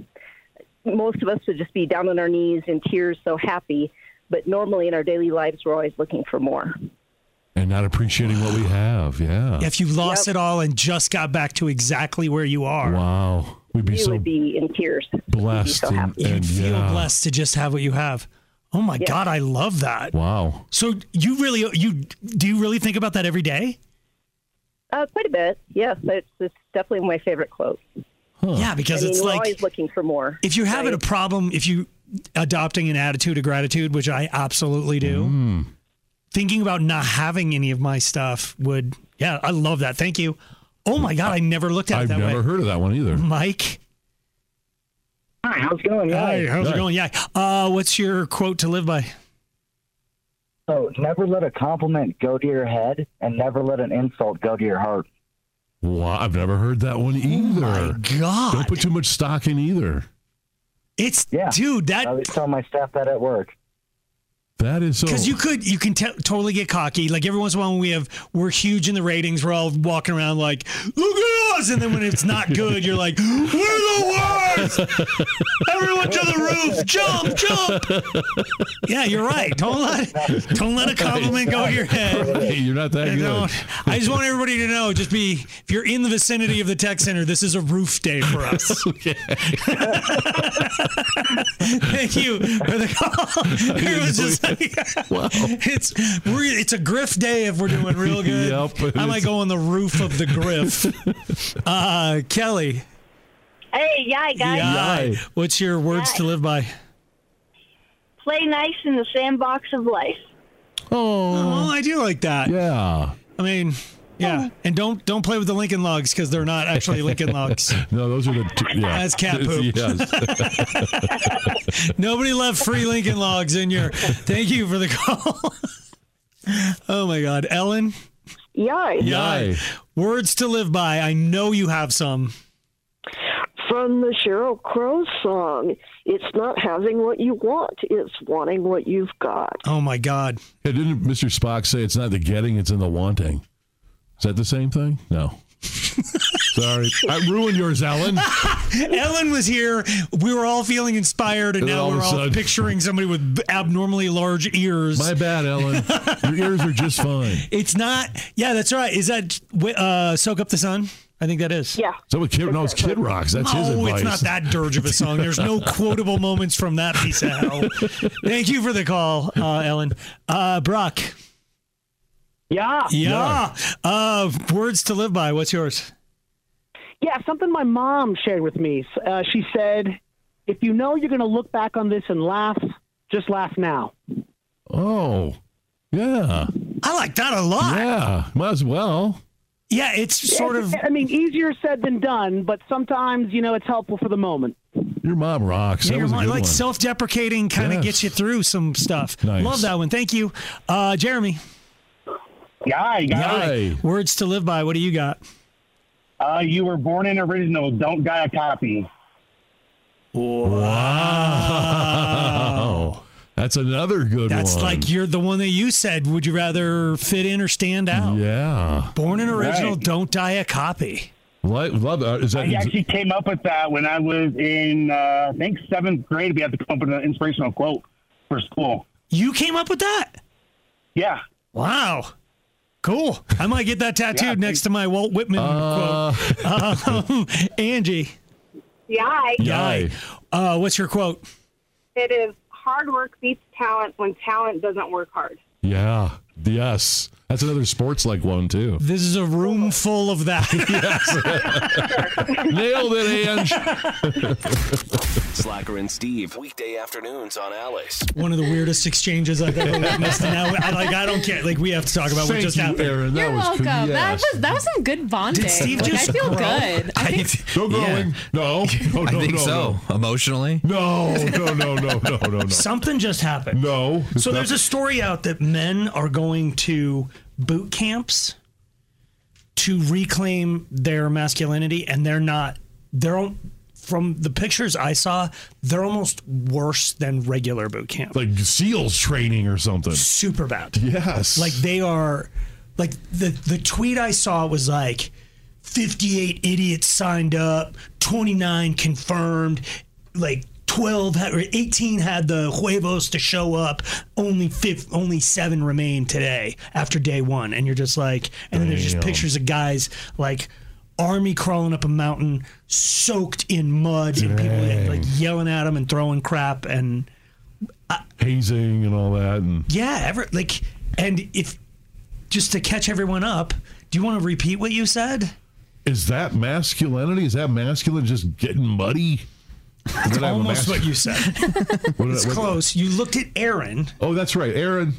Most of us would just be down on our knees in tears, so happy. But normally in our daily lives, we're always looking for more.
and not appreciating what we have. Yeah.
If you lost it all and just got back to exactly where you are.
Wow. We'd be
you
so
would be in tears.
blessed.
so
and,
happy.
and
You feel
yeah.
blessed to just have what you have. Oh my
Yeah.
God, I love that.
Wow.
So you really you do you really think about that every day?
Uh, quite a bit. Yes, it's, it's definitely my favorite quote.
Yeah, because
I mean,
it's
we're
like
always looking for more.
if you're having a problem, if you adopting an attitude of gratitude, which I absolutely do,
Mm.
thinking about not having any of my stuff would yeah, I love that. Thank you. Oh my God, I never looked at it
I've
that
never
way.
heard of that one either.
Mike.
Hi, how's it going?
Hi,
Hi.
how's it
Hi.
going? Yeah. Uh, what's your quote to live by?
So never let a compliment go to your head, and never let an insult go to your heart.
Wow. I've never heard that one either.
Oh God.
Don't put too much stock in either.
It's dude that
I always tell my staff that at work.
That is so.
Because you could, you can te- totally get cocky. Like every once in a while, when we have, we're huge in the ratings. We're all walking around like, look at us. And then when it's not good, you're like, we're the worst. Everyone to the roof, jump, jump. Yeah, you're right. Don't let, don't let a compliment go to your head.
Hey, you're not that
And
good.
don't- I just want everybody to know, just be, if you're in the vicinity of the tech center, this is a roof day for us. Thank you for the call. It was just like, it's we're, it's a griff day if we're doing real good.
Yep,
I might
it's-
go on the roof of the griff. uh, Kelly,
Hey, yay, guys.
Yai, what's your words to live by?
Play nice in the sandbox of life.
Oh, I do like that.
Yeah.
I mean, yeah, and don't don't play with the Lincoln Logs because they're not actually Lincoln Logs.
no, those are the. Two, yeah.
That's cat poop.
Yes.
Nobody left free Lincoln Logs in your. Thank you for the call. oh my God, Ellen.
Yay.
Yay. Words to live by. I know you have some.
From the Cheryl Crow song, it's not having what you want, it's wanting what you've got.
Oh my God!
Yeah, didn't Mr. Spock say it's not the getting, it's in the wanting? Is that the same thing? No. Sorry, I ruined yours, Ellen.
Ellen was here. We were all feeling inspired, and
And then
now
all of
we're
a
all
sudden-
picturing somebody with abnormally large ears.
My bad, Ellen. Your ears are just fine. Is
It's not. Yeah, that's right. Is that uh, soak up the sun? I think that is. Yeah.
that what Kid? No, it's Kid Rocks. That's his
no,
advice.
it's not that dirge of a song. There's no quotable moments from that piece of hell. Thank you for the call, uh, Ellen. Uh, Brock.
Yeah.
Yeah. Uh, words to live by. What's yours?
Yeah, something my mom shared with me. Uh, she said, if you know you're going to look back on this and laugh, just laugh now.
Oh, yeah.
I like that a lot.
Yeah, might as well.
Yeah, it's
sort of. I mean, easier said than done, but sometimes, you know, it's helpful for the moment.
Your mom rocks.
Yeah,
that
your
was a
mind-
good
like
one.
self-deprecating kind of
Yes.
gets you through some stuff.
Nice.
Love that one. Thank you, uh, Jeremy.
Yay, guys.
Yay. Words to live by. What do you got?
Uh, you were born an original. Don't guy a copy.
Wow. That's another good
That's
one.
like you're the one that you said. Would you rather fit in or stand out?
Yeah.
Born an original,
Right.
don't die a copy.
Like, love that. Is that
I actually came up with that when I was in, uh, I think, seventh grade. We had to come up with an inspirational quote for school.
You came up with that?
Yeah.
Wow. Cool. I might get that tattooed next to my Walt Whitman
Uh,
quote. Um, Angie.
Yay.
Yay. Uh, what's your quote?
It is hard work beats talent when talent doesn't work hard.
yeah. Yes. That's another sports like one, too.
This is a room full of that.
Nailed it, Ange.
Slacker and Steve, weekday afternoons on Alice.
One of the weirdest exchanges I've ever witnessed. And now, I, like, I don't care. Like, we have to talk about what
Thank
just
you,
happened.
Aaron. That
You're
was
welcome.
cool.
That
Yes.
was that was some good bonding.
Did Steve
like,
just
I feel
growl?
good. I think
No growing. No. No,
I
no,
think
no,
so. Emotionally?
No, no, no, no, no, no, no.
Something just happened.
No.
So there's a story out that men are going to boot camps to reclaim their masculinity, and they're not. They're al- from the pictures I saw. They're almost worse than regular boot camp.
Like SEALs training or something.
Super bad.
Yes.
Like they are. Like the the tweet I saw was like, 58 idiots signed up, 29 confirmed, like 12 had, or 18 had the huevos to show up. Only fifth, only seven remain today after day one, and you're just like, and then there's just
Damn.
pictures of guys like army crawling up a mountain, soaked in mud, and people like yelling at them and throwing crap and uh,
hazing and all that. And
yeah, ever like, and if just to catch everyone up, do you want to repeat what you said?
is that masculinity? Is that masculine just getting muddy? That's
almost what you said. it's close. You looked at Aaron.
Oh, that's right, Aaron.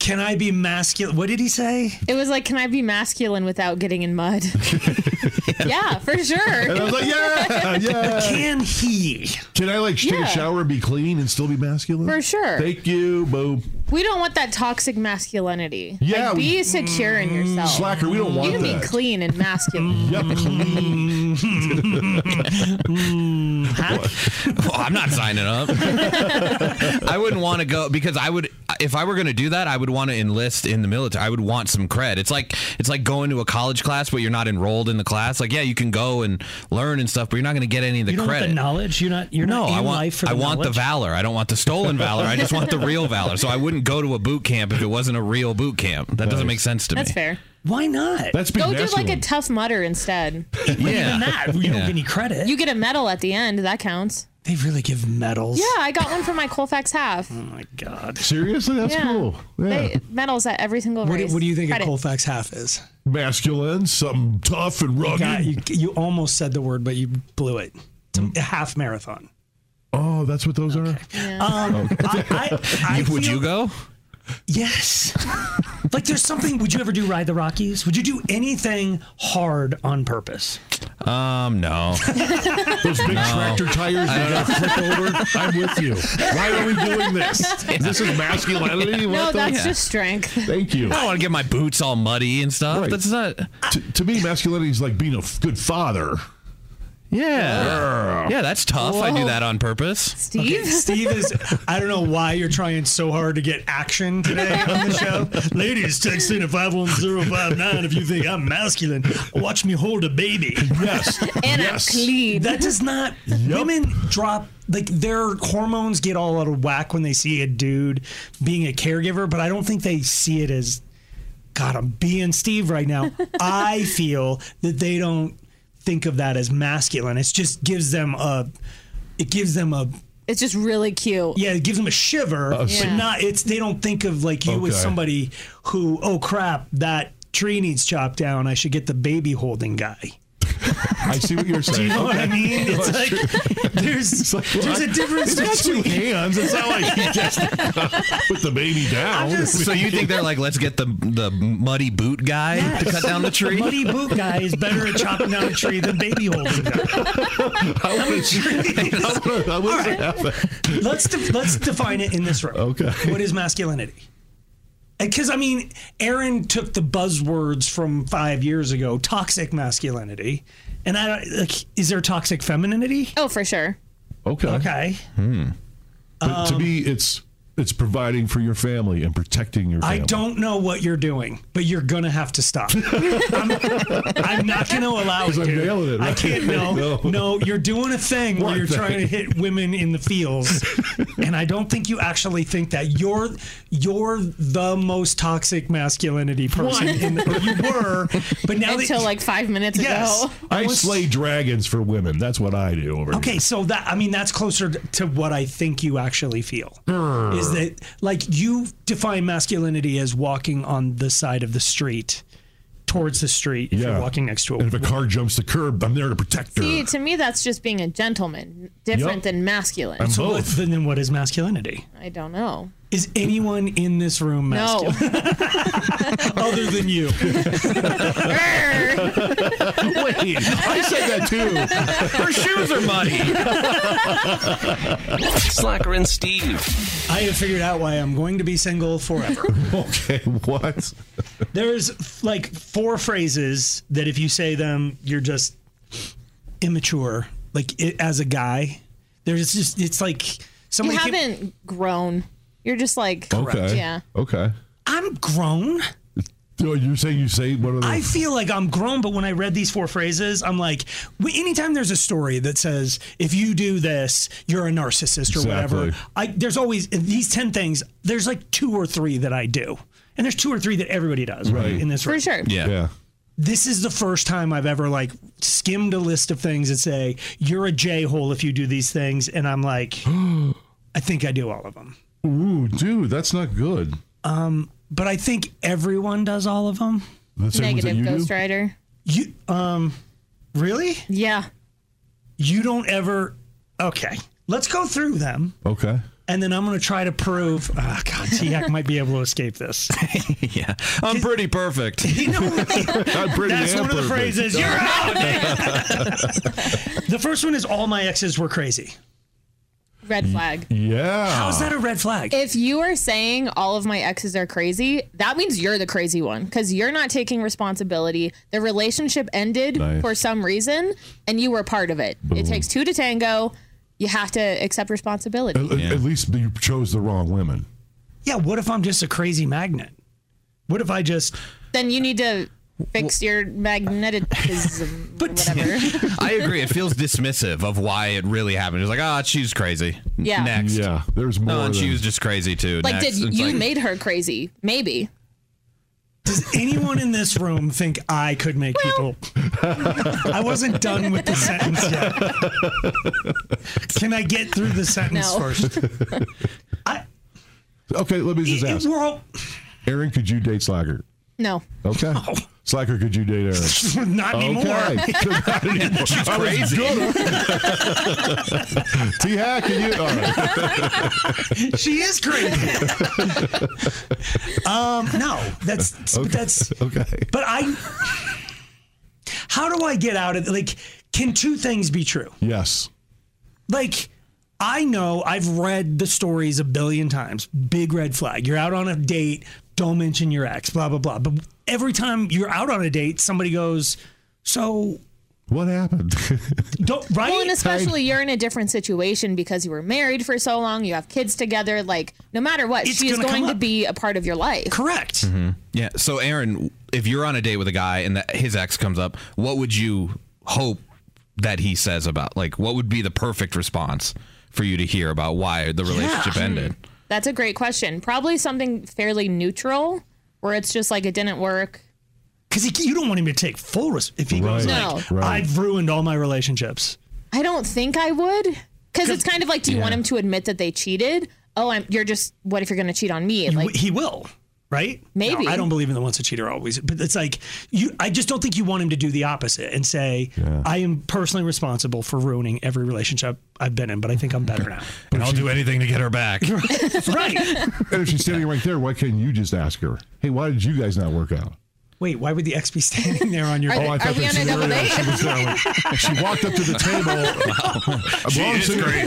Can I be masculine? What did he say?
It was like, can I be masculine without getting in mud? yeah, for sure.
And I was like, yeah, yeah.
Can he?
Can I like take
Yeah.
a shower and be clean and still be masculine?
For sure.
Thank you. Boom.
We don't want that toxic masculinity.
Yeah,
Like,
we- Mm,
be secure in yourself.
Slacker, we don't want
You can
that.
be clean and masculine.
Yep.
Mm-hmm.
Well, I'm not signing up. I wouldn't want to go because I would if I were going to do that, I would want to enlist in the military. I would want some cred. It's like it's like going to a college class but you're not enrolled in the class. Like yeah, you can go and learn and stuff, but you're not going to get any of the
you don't
credit.
want the knowledge. You're not. You're
no,
not in
I want
life for the
I want
knowledge?
the valor. I don't want the stolen valor. I just want the real valor. So I wouldn't go to a boot camp if it wasn't a real boot camp. That doesn't make sense to
That's
me.
fair.
Why not?
That's
Go do like a tough mutter instead.
yeah.
Even that, you don't get any credit.
You get a medal at the end. That counts.
they really give medals.
Yeah, I got one for my Colfax half.
Oh my god.
Seriously, that's
Yeah.
cool. Yeah.
They, medals at every single
What do,
race.
what do you think
Credit.
a Colfax half is?
masculine, something tough and rugged. Mm.
God, you, you almost said the word, but you blew it. It's a- a half marathon.
Oh, that's what those are.
Um, I, I, I
Would
feel-
you go?
Yes. like there's something. Would you ever do ride the Rockies? Would you do anything hard on purpose?
Um, no.
Those big
No.
tractor tires
I
that
don't
got flip over. I'm with you. Why are we doing this? This is masculinity.
No,
What the-
that's just strength.
Thank you.
I don't want to get my boots all muddy and stuff.
Right.
That's not.
To, to me, masculinity is like being a f- good father.
Yeah.
Yeah.
Yeah, that's tough. I do
Whoa.
that on purpose.
Steve. Steve is. I don't know why you're trying so hard to get action today on the show. Mm-hmm. Ladies, text in at five one zero five nine if you think I'm masculine. Watch me hold a baby.
Yes.
And I'm clean.
That does not. Women drop like their hormones get all out of whack when they see a dude being a caregiver, but I don't think they see it as. God, I'm being Steve right now. I feel that they don't think of that as masculine. It just gives them a. It gives them a.
It's just really cute.
Yeah, it gives them a shiver,
I see.
but not. It's they don't think of like you
Okay.
as somebody who. Oh crap! That tree needs chopped down. I should get the baby holding guy.
I see what you're saying.
Do you know what I
Okay.
mean?
No,
It's
it's
like
true.
there's
It's like, well,
there's
I-
a difference
It's not two
between
hands. It's not like you just put the baby down.
So you think they're like, let's get the the muddy boot guy
Yes.
to cut down the tree?
Muddy boot guy is better at chopping down a tree than baby holding guy.
I want to. I want to have that.
Let's de- let's define it in this room.
Okay.
What is masculinity? Because I mean, Aaron took the buzzwords from five years ago, toxic masculinity, and I don't like. Is there toxic femininity?
Oh, for sure.
Okay.
Okay.
Hmm. But to
Um,
me, it's it's providing for your family and protecting your
I
family.
don't know what you're doing, but you're gonna have to stop. I'm, I'm not gonna allow it.
Because I'm
dude.
nailing it,
I
right?
can't. No,
No.
no, you're doing a thing where
What
you're
thing?
trying to hit women in the fields, and I don't think you actually think that you're you're the most toxic masculinity person.
What?
In the, or you were, but now that-
Until like five minutes
Yes.
ago.
I
I was-
slay dragons for women. That's what I do over
Okay, so that I mean that's closer to what I think you actually feel.
Hmm.
Is that like you define masculinity as walking on the side of the street towards the street if
here.
you're walking next to a
And if a car jumps the curb, I'm there to protect her.
See, to me, that's just being a gentleman, different
Yup.
than masculine.
I'm
so what,
both.
then what is masculinity?
I don't know.
Is anyone in this room
No.
masculine other than you?
Err.
Wait, I said that too.
Her shoes are muddy.
Slacker and Steve.
I have figured out why I'm going to be single forever.
Okay, what?
There's like four phrases that if you say them, you're just immature. Like i as a guy, there's just it's like
you
somebody. came-
haven't grown. You're just like,
Okay.
yeah.
Okay.
I'm grown.
So You're saying you say one of the.
I feel like I'm grown, but when I read these four phrases, I'm like, we- anytime there's a story that says, if you do this, you're a narcissist or whatever,
Exactly.
I, there's always these 10 things, there's like two or three that I do. And there's two or three that everybody does, right? In this
For
room.
sure.
Yeah.
This is the first time I've ever like skimmed a list of things that say, you're a J hole if you do these things. And I'm like, I think I do all of them.
Ooh, dude, that's not good.
Um, but I think everyone does all of them.
Negative Ghost Rider.
You um really?
Yeah.
You don't ever Okay. Let's go through them
Okay.
and then I'm going to try to prove Ah, god, T-Hack might be able to escape this.
yeah. I'm pretty perfect.
I'm
pretty
That's
damn
one of the
perfect.
phrases. You're out. the first one is all my exes were crazy.
Red flag.
Yeah.
How's that a red flag?
If you are saying all of my exes are crazy, that means you're the crazy one because you're not taking responsibility. The relationship ended
Nice.
for some reason and you were part of it.
Boom.
It takes two to tango. You have to accept responsibility.
At, at- at least you chose the wrong women.
Yeah, what if I'm just a crazy magnet? What if I just
then you need to fix your magnetism or whatever.
I agree. It feels dismissive of why it really happened. It's like, ah, she's crazy.
Yeah.
Next.
Yeah. There's more.
Oh, and she
than-
was just crazy too.
like,
Next.
did
It's
you
like-
made her crazy? Maybe.
Does anyone in this room think I could make people? I wasn't done with the sentence yet. Can I get through the sentence
No.
first?
Okay, let me just ask. Aaron, could you date Slacker?
No.
Okay. Slacker, could you date Aaron?
Not anymore.
Not anymore.
She's
I was
crazy.
good. T-Hack, can you? All right.
she is crazy. um, no, that's that's
okay.
But I, how do I get out of like? Can two things be true?
Yes.
like I know I've read the stories a billion times. Big red flag. You're out on a date, don't mention your ex, blah blah blah. But every time you're out on a date, somebody goes, "So
what happened?"
don't right?
Well, and especially you're in a different situation because you were married for so long, you have kids together. Like, no matter what,
It's
she is
gonna come
going to
up.
be a part of your life.
Correct.
Yeah. So, Aaron, if you're on a date with a guy and that his ex comes up, what would you hope that he says about? Like, what would be the perfect response for you to hear about why the relationship
Yeah.
ended?
Mm-hmm. That's a great question. Probably something fairly neutral where it's just like it didn't work.
because you don't want him to take full risk if he goes
Right,
like,
No. right.
"I've ruined all my relationships."
I don't think I would because it's kind of like, do you want
Yeah.
him to admit that they cheated? Oh, I'm. You're just. What if you're going to cheat on me? Like,
He will, right?
Maybe.
No, I don't believe in the once a cheater always, but it's like you. I just don't think you want him to do the opposite and say, "I am personally responsible for ruining every relationship I've been in," but I think I'm better now.
And I'll do anything to get her back.
right.
And if she's standing right there, why can't you just ask her? Hey, why did you guys not work out?
Wait, why would the ex be standing there on your?
Are they- Oh, I thought are we that on a double scenario date? she was there She walked up to the table.
She
Wrong
is
scenario-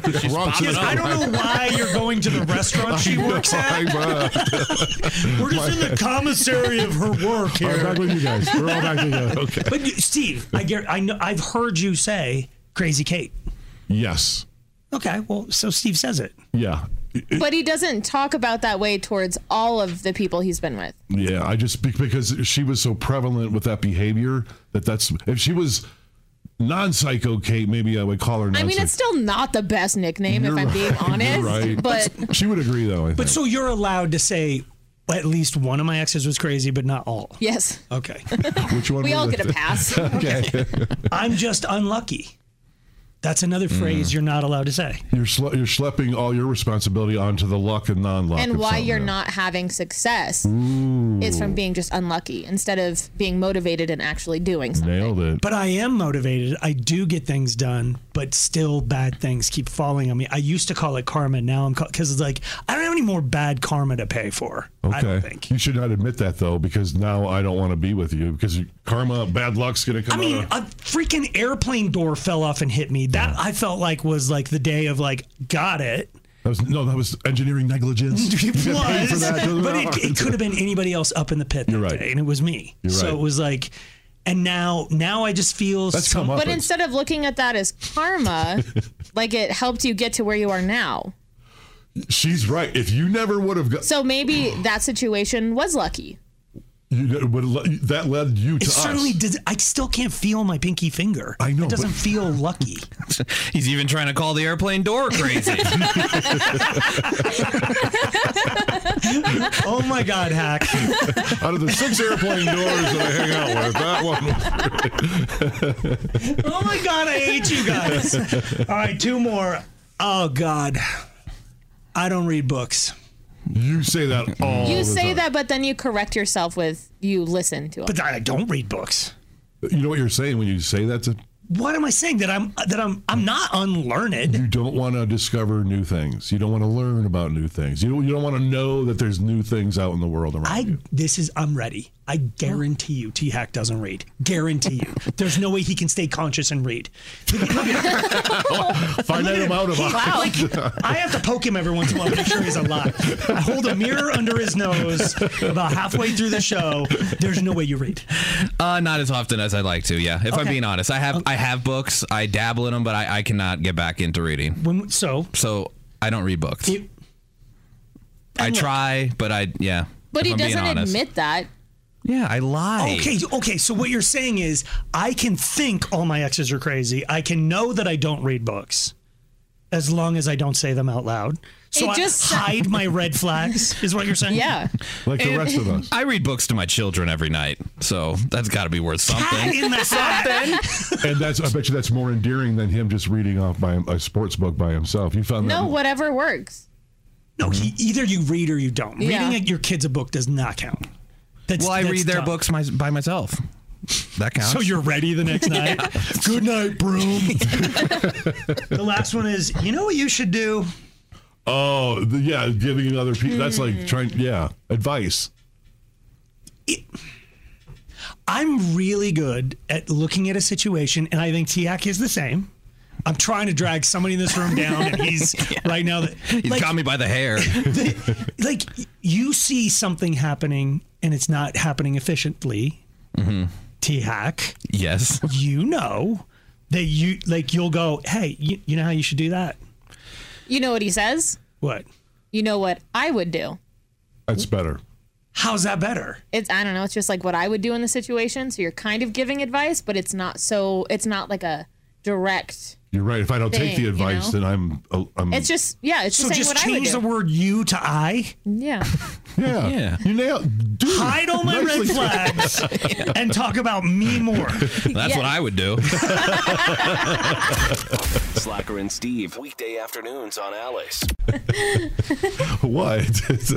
crazy.
She's
Wrong
Because
scenario.
I don't know why you're going to the restaurant she works at. We're just in the commissary of her work here.
All right, back with you guys. We're all back together. Okay.
But you, Steve, I get, I know, I've heard you say "Crazy Kate."
Yes.
Okay, well, so Steve says it.
Yeah.
but he doesn't talk about that way towards all of the people he's been with.
Yeah, I just be- because she was so prevalent with that behavior that that's if she was non-psycho Kate, maybe I would call her.
I mean,
non-psycho.
it's still not the best nickname
You're
if I'm being
right, you're
honest.
right.
But
she would agree though. Oh, I
But
think.
so you're allowed to say at least one of my exes was crazy, but not all.
yes,
Okay.
Which one?
We
was
all
it?
get a pass.
okay.
I'm just unlucky. That's another phrase you're not allowed to say.
Mm. You're schle- you're schlepping all your responsibility onto the luck and non-luck.
and
of
why
something.
you're not having success is from being just unlucky instead of being motivated and actually doing something.
Nailed it.
But I am motivated. I do get things done, but still bad things keep falling on me. I used to call it karma. Now I'm because it's like I don't have any more bad karma to pay for. I don't
Okay.
think.
You should not admit that though, because now I don't want to be with you because you- karma, bad luck's gonna
I
come.
mean, uh,
out
a freaking airplane door fell off and hit me. That I felt like was like the day of like got it.
of, that was, no, that was engineering negligence.
It
You get paid for
was,
that, doesn't
but it, it could have been anybody else up in the pit. You're right, day, and it was me.
You're
so
right.
it was like, and now now I just feel.
That's come
But instead of looking at that as karma, like it helped you get to where you are now.
She's right. If you never would have got
So maybe that situation was lucky.
You, but le- that led you to
It
us.
certainly does. I still can't feel my pinky finger. I know. It doesn't feel lucky.
He's even trying to call the airplane door crazy.
oh my God, hack!
Out of the six airplane doors that I hang out with, that one.
Oh my God, I hate you guys. All right, two more. Oh God, I don't read books.
You say that all
you say that, but then you correct yourself with you listen to it.
But I don't read books.
You know what you're saying when you say that to
What am I saying? That I'm that I'm I'm not unlearned.
You don't want to discover new things. You don't want to learn about new things. You don't, you don't want to know that there's new things out in the world around you.
This is I'm ready. I guarantee you, T Hack doesn't read. Guarantee you. There's no way he can stay conscious and read.
Find
Look at
out
him.
about
He-
him.
like, I have to poke him every once in a while to make sure he's alive. I hold a mirror under his nose about halfway through the show. There's no way you read.
Uh, not as often as I'd like to. Yeah, if I'm
Okay.
being honest, I have I have books. I dabble in them, but I, I cannot get back into reading.
When, so
so I don't read books. I try, but I yeah.
But
if
he
I'm being
doesn't
honest.
admit that.
Yeah, I lie.
Okay, okay. So what you're saying is, I can think all my exes are crazy. I can know that I don't read books, as long as I don't say them out loud. So
It just-
I hide my red flags. Is what you're saying?
Yeah.
And I read books to my children every night, so that's got to be worth something.
and that's I bet you that's more endearing than him just reading off by a sports book by himself. You found
No,
that
whatever works.
No, he, either you read or you don't.
Yeah.
Reading at your kids a book does not count. That's,
well, I
that's
read their
dumb.
books my, by myself. That counts.
So you're ready the next night. Good night, broom. the last one is, you know what you should do?
Oh, the, yeah, giving other people that's
Hmm.
like trying yeah, advice.
I'm really good at looking at a situation, and I think Tiak is the same. I'm trying to drag somebody in this room down, and he's right now. That,
He's
like,
got me by the hair.
like you see something happening, and it's not happening efficiently.
hmm
T hack.
Yes.
You know that you like you'll go, hey, you, you know how you should do that.
You know what he says?
What?
You know what I would do.
That's better.
How's that better?
It's I don't know, it's just like what I would do in the situation. So you're kind of giving advice, but it's not so it's not like a direct
You're right. If I don't take
Thing,
the
you
advice,
know?
then I'm I'm
it's just yeah, it's
Um, so
just
just
saying what I would
change
do.
the word "you" to "I."
yeah.
Yeah. You nailed dude,
Hide all my red
nicely
flags and talk about me more.
That's what I would do.
Slacker and Steve, weekday afternoons on Alice.
what?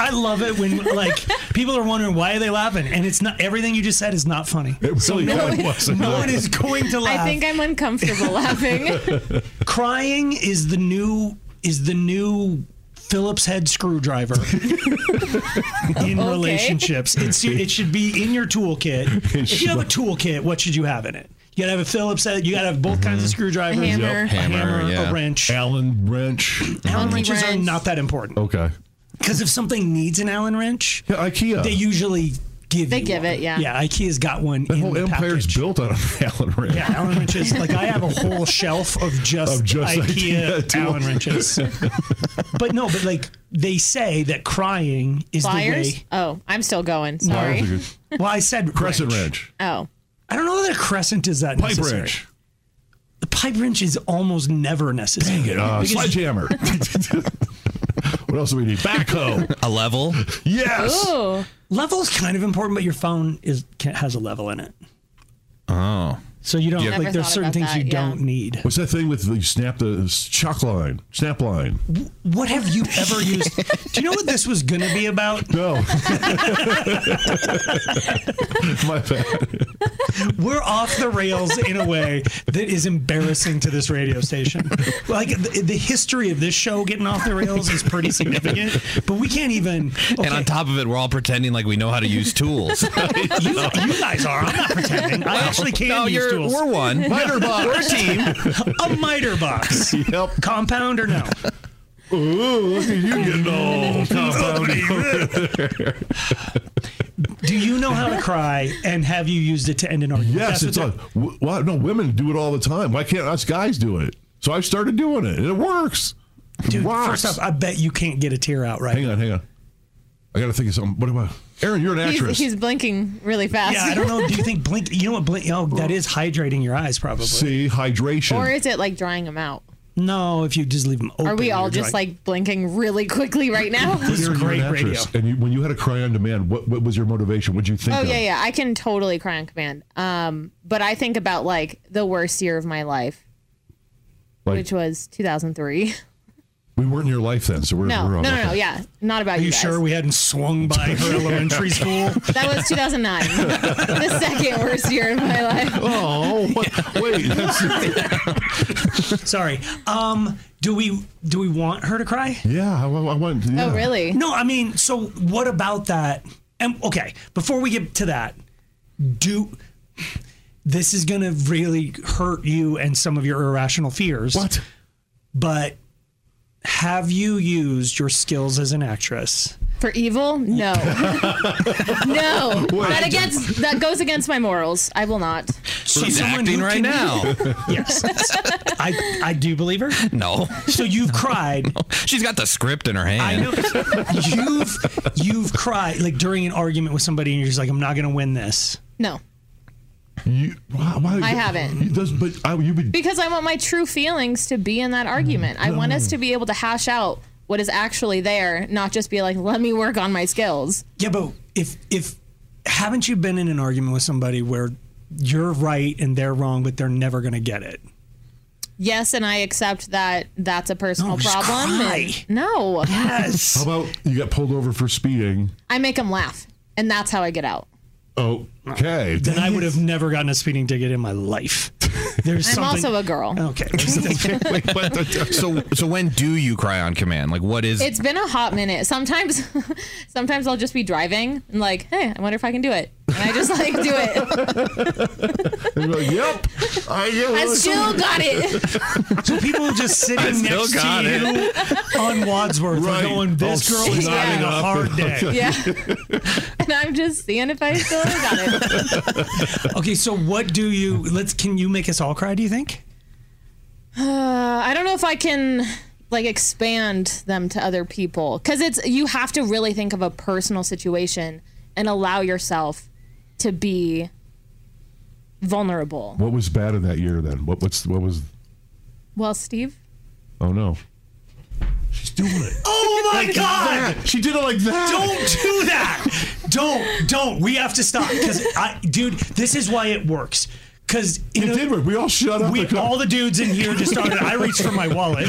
I love it when like people are wondering why are they laughing, and it's not everything you just said is not funny. It
really
no,
kinda
one-
wasn't.
no one is going to laugh.
I think I'm uncomfortable laughing.
Crying is the new is the new Phillips head screwdriver in
Okay.
relationships. It's it should be in your toolkit. If you have a toolkit, what should you have in it? You gotta have a Phillips head. You gotta have both kinds of screwdrivers.
A hammer. Yep.
a hammer,
Mm-hmm. Hammer, yeah.
a wrench.
Allen wrench.
Allen wrenches are not that important
Okay.
because if something needs an Allen wrench,
IKEA.
they usually give.
They
you
give
one.
it, yeah.
Yeah, IKEA's got one.
That
in
whole
the
empire's
package.
built on an Allen wrench.
Yeah, Allen wrenches. Like I have a whole shelf of just,
Of just
IKEA,
IKEA tools.
Allen wrenches. but no, but like they say that crying is
Pliers?
the way.
Oh, I'm still going.
No.
Sorry.
Well, I said
Crescent
wrench.
wrench.
Oh.
I don't know that a crescent is that
Pipe
necessary.
wrench.
The pipe wrench is almost never necessary.
Dang it. Uh,
Because-
sledgehammer. what else do we need? Backhoe.
A level.
Yes.
Level's kind of important, but your phone is can, has a level in it.
Oh.
So you don't
Yeah.
like
Never
there's
thought
certain
about
things
that,
you
yeah.
don't need.
What's that thing with the snap the shock line? Snap line.
What have you ever used? Do you know what this was going to be about?
No. My bad.
We're off the rails in a way that is embarrassing to this radio station. Like the, the history of this show getting off the rails is pretty significant, but we can't even. Okay,
And on top of it, we're all pretending like we know how to use tools.
you, you guys are. I'm not pretending. I actually can
no,
use
you're-
tools.
we're one.
Miter box.
We're a
team. A miter box.
Yep.
Compound or no?
Ooh, look at you getting all
Do you know how to cry? And have you used it to end an argument?
Yes,
That's
it's
what
on. w- Why, no, women do it all the time. Why can't us guys do it? So I started doing it, and it works. It
they're- Dude,
works.
first off, I bet you can't get a tear out right.
hang on, hang on. I got to think of something. What about? Aaron, you're an
He's,
actress.
he's blinking really fast.
Yeah, I don't know. Do you think blink? You know what blink? Oh, that is hydrating your eyes, probably.
See, hydration.
or is it like drying them out?
no, if you just leave them open.
Are we all
you're
just
dry.
like blinking really quickly right now?
You're an actress, And you, when you had a cry on demand, what, what was your motivation? What did you think
oh
of?
yeah, yeah. I can totally cry on command. Um, but I think about like the worst year of my life,
Like,
which was 2003.
we weren't in your life then, so we're,
no,
we're
no,
on.
no, no. Yeah, not about
Are you
guys.
sure we hadn't swung by her elementary school?
That was 2009. the second worst year of my life.
Oh, wait.
Sorry. Um, do we do we want her to cry?
Yeah, I, I want.
yeah. really?
No, I mean, so what about that? And okay, before we get to that, do this is gonna really hurt you and some of your irrational fears. What? But have you used your skills as an actress?
For evil? No. no.
Wait.
That against that goes against my morals. I will not.
She's someone acting who right can- now. yes. I I do believe her.
No.
So you've cried.
She's got the script in her hand.
I know you've you've cried like during an argument with somebody and you're just like, I'm not gonna win this.
No.
You, wow, why-
I haven't.
You- Does, but I, you've been.
Because I want my true feelings to be in that argument. I want us to be able to hash out what is actually there, not just be like, let me work on my skills.
Yeah, but if if haven't you been in an argument with somebody where you're right and they're wrong, but they're never gonna get it?
Yes, and I accept that that's a personal
No, just
problem. and-
cry.
No.
How about you got pulled over for speeding?
I make them laugh, and that's how I get out.
Okay.
Then I would have never gotten a speeding ticket in my life. There's
I'm
something.
also a girl.
Okay.
so so when do you cry on command? Like what is
It's been a hot minute. Sometimes, sometimes I'll just be driving and like, hey, I wonder if I can do it. And I just like do it.
And you're like, yep. I, yeah,
I
well,
still
so-
got it.
So people just
I
sitting
still
next
got
to you on Wadsworth are
Right. Oh,
going, this
All
girl is
snotted
having a
up.
hard day.
Yeah. and I'm just seeing if I still got it.
Okay, so what do you let's can you make us all cry, do you think?
Uh, I don't know if I can like expand them to other people because it's you have to really think of a personal situation and allow yourself to be vulnerable.
What was bad in that year then? What what's what was?
Well, Steve,
Oh no.
Oh my
Like
god!
She did it like that.
Don't do that. Don't, don't. We have to stop because I, dude, this is why it works. Because it
did work. We all shut up.
We, all the dudes in here just started. I reached for my wallet.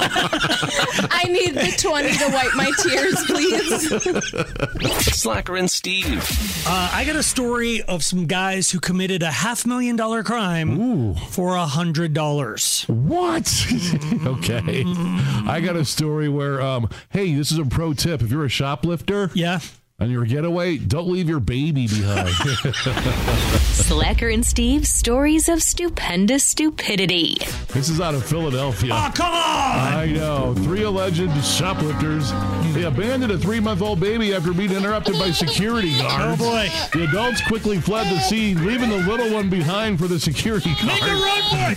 I need the 20 to wipe my tears, please.
Slacker and Steve.
Uh, I got a story of some guys who committed a half million dollar crime for a hundred dollars.
What? okay. I got a story where, um, hey, this is a pro tip. If you're a shoplifter,
yeah,
on your getaway, don't leave your baby behind.
Slacker and Steve's stories of stupendous stupidity.
this is out of Philadelphia.
Oh,
come on!
I know. Three alleged shoplifters. They abandoned a three-month-old baby after being interrupted by security guards.
Oh, boy.
The adults quickly fled the scene, leaving the little one behind for the security guards.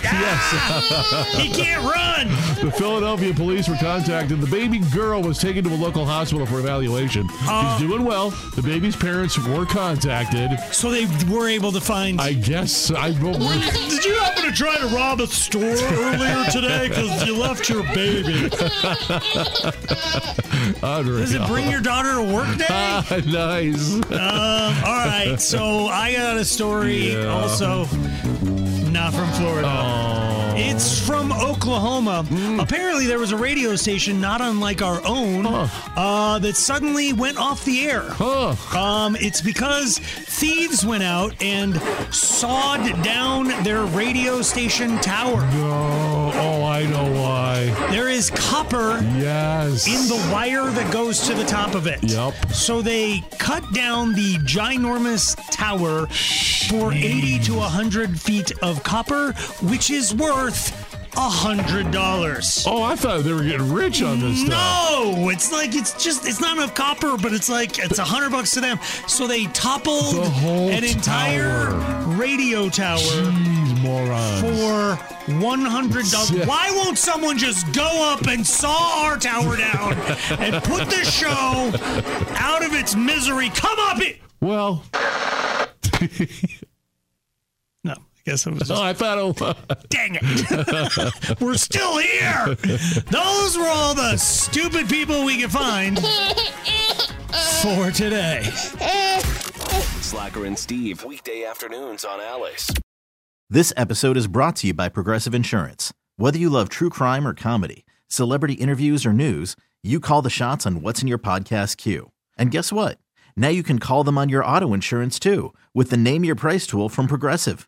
Yes. he can't run.
The Philadelphia police were contacted. The baby girl was taken to a local hospital for evaluation.
Uh,
She's doing well. The baby's parents were contacted.
So they were able to find.
I guess I. Well, we're-
Did you happen to try to rob a store earlier today? Because you left your baby.
Unreal.
Does it bring your daughter to work day?
Ah, nice.
Um, all right, so I got a story
Yeah.
also not from Florida. It's from Oklahoma.
Hmm.
Apparently, there was a radio station not unlike our own uh, that suddenly went off the air. Um, it's because thieves went out and sawed down their radio station tower.
No. Oh, I know why.
There is copper
Yes.
in the wire that goes to the top of it. Yep. So they cut down the ginormous tower for 80 to 100 feet of copper, which is worth $100.
Oh, I thought they were getting rich on this stuff.
No, it's like it's just it's not enough copper, but it's like it's a hundred bucks to them. So they toppled
The whole
an entire
tower.
radio tower
Jeez, morons.
for $100. Why won't someone just go up and saw our tower down and put the show out of its misery? Come up it.
Well,
no, I guess I was.
Oh, I thought.
Dang it! We're still here. Those were all the stupid people we could find for today.
Slacker and Steve, weekday afternoons on Alice.
This episode is brought to you by Progressive Insurance. Whether you love true crime or comedy, celebrity interviews or news, you call the shots on what's in your podcast queue. And guess what? Now you can call them on your auto insurance too with the Name Your Price tool from Progressive.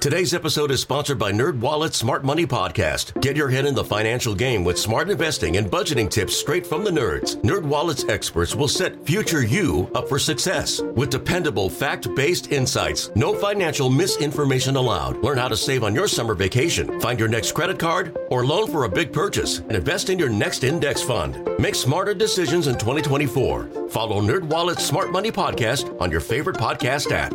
Today's episode is sponsored by Nerd Wallet's Smart Money Podcast. Get your head in the financial game with smart investing and budgeting tips straight from the nerds. Nerd Wallet's experts will set future you up for success with dependable, fact-based insights. No financial misinformation allowed. Learn how to save on your summer vacation, find your next credit card or loan for a big purchase, and invest in your next index fund. Make smarter decisions in 2024. Follow Nerd Wallet's Smart Money Podcast on your favorite podcast app.